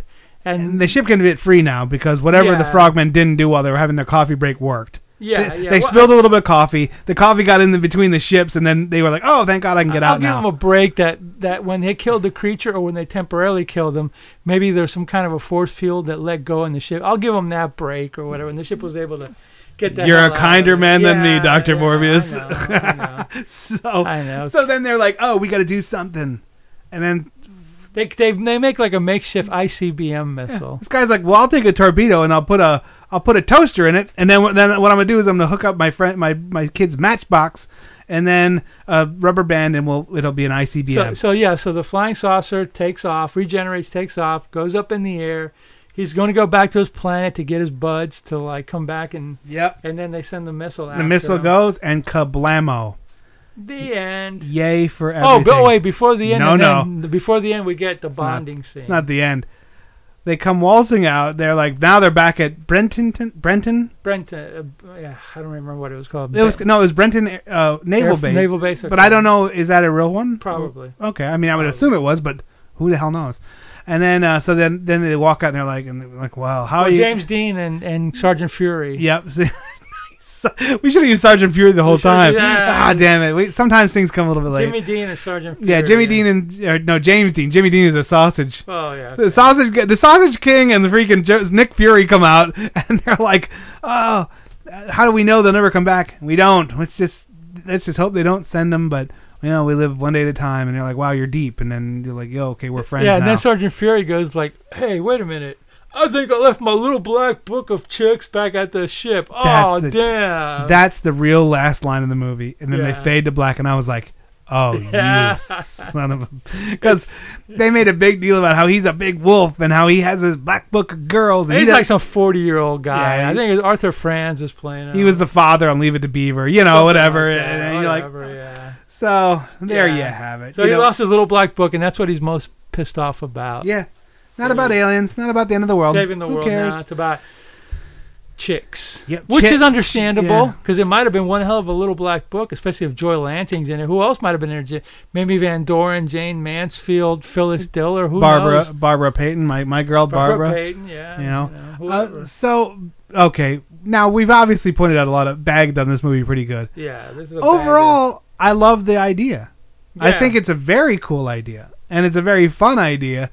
S2: and,
S1: the ship can get free now because whatever the
S2: Yeah.
S1: frogmen didn't do while they were having their coffee break worked.
S2: Yeah,
S1: they,
S2: yeah.
S1: They
S2: Well,
S1: spilled a little bit of coffee. The coffee got in the, between the ships, and then they were like, "Oh, thank God I can get out
S2: I'll give
S1: now."
S2: them a break that that when they killed the creature or when they temporarily killed them, maybe there's some kind of a force field that let go in the ship. I'll give them that break or whatever, and the ship was able to get that.
S1: You're
S2: hell
S1: a
S2: out of
S1: kinder
S2: it.
S1: man than me,
S2: Yeah,
S1: Doctor
S2: yeah,
S1: Morbius. so
S2: I know.
S1: So then they're like, "Oh, we got to do something," and then
S2: They they they make like a makeshift ICBM missile.
S1: This guy's like, "Well, I'll take a torpedo and I'll put a I'll put a toaster in it, and then then what I'm gonna do is I'm gonna hook up my friend my my kid's matchbox, and then a rubber band, and we'll it'll be an ICBM."
S2: So, so yeah, so the flying saucer takes off, regenerates, takes off, goes up in the air. He's going to go back to his planet to get his buds to like come back and
S1: yep.
S2: And then they send the missile.
S1: the missile goes and kablamo!
S2: The end.
S1: Yay for
S2: Oh,
S1: everything!
S2: but wait! Before the end,
S1: No,
S2: and
S1: no.
S2: then- before the end, we get the bonding
S1: It's
S2: scene.
S1: not the end. They come waltzing out. They're like now they're back at Brenton. Brenton.
S2: Brenton, uh, yeah, I don't remember what it was called.
S1: It was no, it was Brenton uh, Naval
S2: Air-
S1: Base.
S2: Naval Base, okay.
S1: But I don't know, is that a real one?
S2: Probably.
S1: Okay, I mean, I would assume it was, but who the hell knows? And then, uh, so then, then they walk out and they're like, and they're like, wow, how
S2: Well,
S1: are you?
S2: Oh, James Dean and, and Sergeant Fury.
S1: Yep. see- we should have used Sergeant Fury the whole
S2: should've-
S1: time.
S2: yeah.
S1: Ah, damn it. We, sometimes things come a little bit late.
S2: Jimmy Dean and Sergeant Fury.
S1: yeah, Jimmy Dean and or, no James Dean. Jimmy Dean is a sausage.
S2: Oh yeah.
S1: The sausage, g- the sausage king, and the freaking Jo- Nick Fury come out, and they're like, "Oh, uh, how do we know they'll never come back? We don't. Let's just let's just hope they don't send them." But you know, we live one day at a time, and they're like, "Wow, you're deep," and then you're like, "Yo, okay, we're friends
S2: yeah, and
S1: now."
S2: then Sergeant Fury goes like, "Hey, wait a minute." I think I left my little black book of chicks back at the ship. Oh,
S1: the-
S2: damn.
S1: That's the real last line of the movie, and then
S2: Yeah.
S1: they fade to black, and I was like, "Oh,
S2: Yeah.
S1: you son of a," because they made a big deal about how he's a big wolf and how he has this black book of girls. And
S2: He's
S1: he
S2: like
S1: does-
S2: some forty-year-old guy.
S1: Yeah,
S2: I
S1: he-
S2: think it's Arthur Franz is playing.
S1: he was the father on Leave It to Beaver, you know,
S2: Something
S1: whatever.
S2: like that,
S1: and, and you're like,
S2: whatever, yeah.
S1: So there
S2: Yeah.
S1: you have it.
S2: So
S1: You
S2: he
S1: know,
S2: lost his little black book, and that's what he's most pissed off about.
S1: Yeah. Not about aliens. Not about the end of the world.
S2: saving the
S1: Who
S2: world
S1: cares?
S2: now. It's about chicks,
S1: Yep,
S2: which
S1: chick-
S2: is understandable
S1: yeah.
S2: because it might have been one hell of a little black book, especially if Joy Lanting's in it. Who else might have been in it? Maybe Van Doren, Jane Mansfield, Phyllis Diller. Who
S1: Barbara
S2: knows?
S1: Barbara Payton, my my girl Barbara.
S2: Payton, yeah.
S1: You know.
S2: you know,
S1: Uh,
S2: whoever.
S1: so okay, now we've obviously pointed out a lot of bagged on this movie pretty good.
S2: yeah. This is a
S1: Overall, I love the idea.
S2: Yeah.
S1: I think it's a very cool idea, and it's a very fun idea.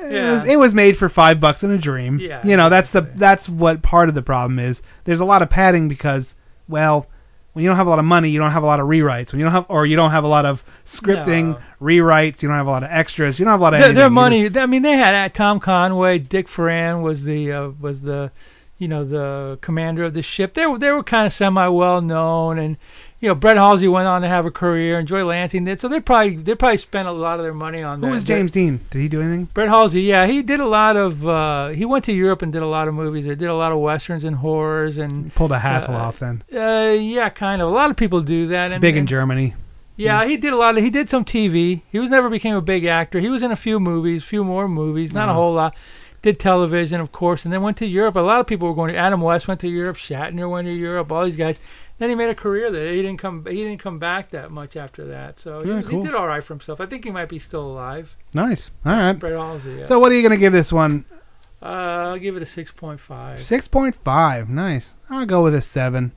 S1: It,
S2: Yeah.
S1: was, it was made for five bucks in a dream.
S2: Yeah,
S1: you know that's the that's what part of the problem is. There's a lot of padding because well, when you don't have a lot of money, you don't have a lot of rewrites. When you don't have or you don't have a lot of scripting
S2: No.
S1: rewrites, you don't have a lot of extras. You don't have a lot of
S2: their,
S1: anything.
S2: their
S1: You
S2: money. I mean, they had uh, Tom Conway, Dick Ferran was the uh, was the you know the commander of the ship. They were they were kind of semi well known, and you know Brett Halsey went on to have a career, and Joy Lansing did. So they probably they probably spent a lot of their money on.
S1: Who
S2: their-
S1: was James Dean? Did he do anything?
S2: Brett Halsey, yeah, he did a lot of. uh He went to Europe and did a lot of movies. They did a lot of westerns and horrors and.
S1: Pulled a hassle off then.
S2: Uh, yeah, kind of. A lot of people do that. And,
S1: Big in
S2: and-
S1: Germany.
S2: yeah, he did a lot of. He did some TV. He was never became a big actor. He was in a few movies, few more movies, not a
S1: Uh-huh.
S2: whole lot. Did television, of course, and then went to Europe. A lot of people were going. to Adam West went to Europe. Shatner went to Europe. All these guys. Then he made a career there. He didn't come. He didn't come back that much after that. So he,
S1: Yeah,
S2: was-
S1: cool.
S2: he did all right for himself. I think he might be still alive.
S1: Nice. All right.
S2: Brett Halsey. Yeah.
S1: So what are you gonna give this one?
S2: Uh, I'll give it a six point five.
S1: Six point five. Nice. I'll go with a seven.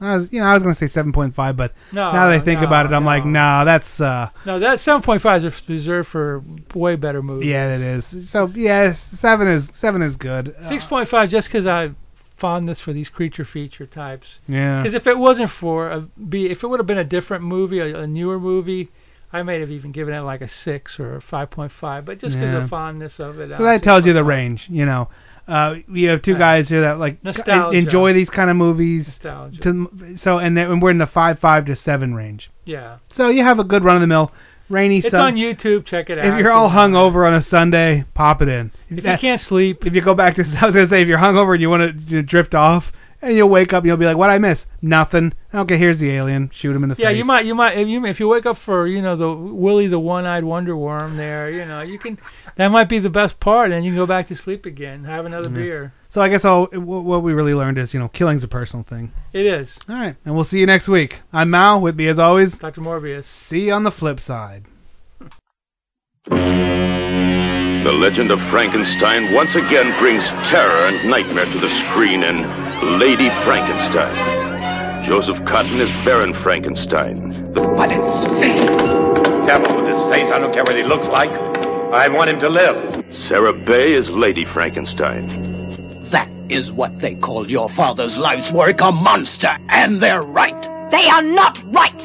S1: I was, you know, I was gonna say seven point five, but
S2: No,
S1: now that I think
S2: Oh, no,
S1: about it, I'm like, nah, that's uh,
S2: No, that seven point five is reserved for way better movies.
S1: yeah, it is. So yes, seven is seven is good. Uh,
S2: Six point five, just because I fondness for these creature feature types.
S1: Yeah.
S2: Because if it wasn't for a be, if it would have been a different movie, a, a newer movie, I might have even given it like a six or a five point five. But just because
S1: Yeah.
S2: of fondness of it,
S1: So that tells you the range, you know. Uh, you have two guys here that like
S2: Nostalgia.
S1: en- enjoy these kind of movies.
S2: Nostalgia.
S1: To, so and, then, and we're in the five five to seven range.
S2: yeah.
S1: So you have a good run of the mill rainy.
S2: It's
S1: sun-
S2: on YouTube. Check it out.
S1: If you're all hung over on a Sunday, pop it in.
S2: If you can't sleep,
S1: if you go back to I was gonna say if you're hungover and you want to drift off, and you'll wake up and you'll be like, "What I miss? Nothing." Okay, here's the alien. Shoot him in the
S2: Yeah,
S1: face.
S2: you might, you might, if you if you wake up for you know the Willie the one-eyed wonder worm there, you know you can. That might be the best part, and you can go back to sleep again, have another
S1: Yeah.
S2: beer.
S1: So I guess all wh- what we really learned is, you know, killing's a personal thing.
S2: It is.
S1: All right, and we'll see you next week. I'm Mal. With me as always,
S2: Dr. Morbius.
S1: See you on the flip side.
S7: The legend of Frankenstein once again brings terror and nightmare to the screen in Lady Frankenstein. Joseph Cotton is Baron Frankenstein. The violence, vengeance. Devil with his face, I don't care what he looks like. I want him to live. Sarah Bay is Lady Frankenstein.
S14: That is what they call your father's life's work, a monster, and they're right.
S15: They are not right!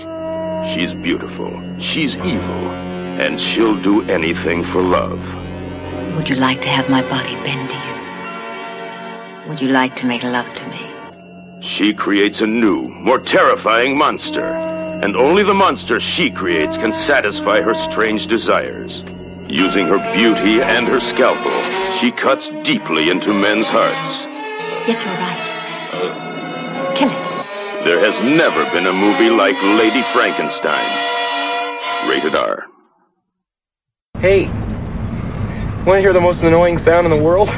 S7: She's beautiful, she's evil, and she'll do anything for love.
S15: Would you like to have my body bend to you? Would you like to make love to me?
S7: She creates a new, more terrifying monster, and only the monster she creates can satisfy her strange desires. Using her beauty and her scalpel, she cuts deeply into men's hearts.
S15: Yes, you're right.
S7: There has never been a movie like Lady Frankenstein. Rated R.
S16: Hey, want to hear the most annoying sound in the world?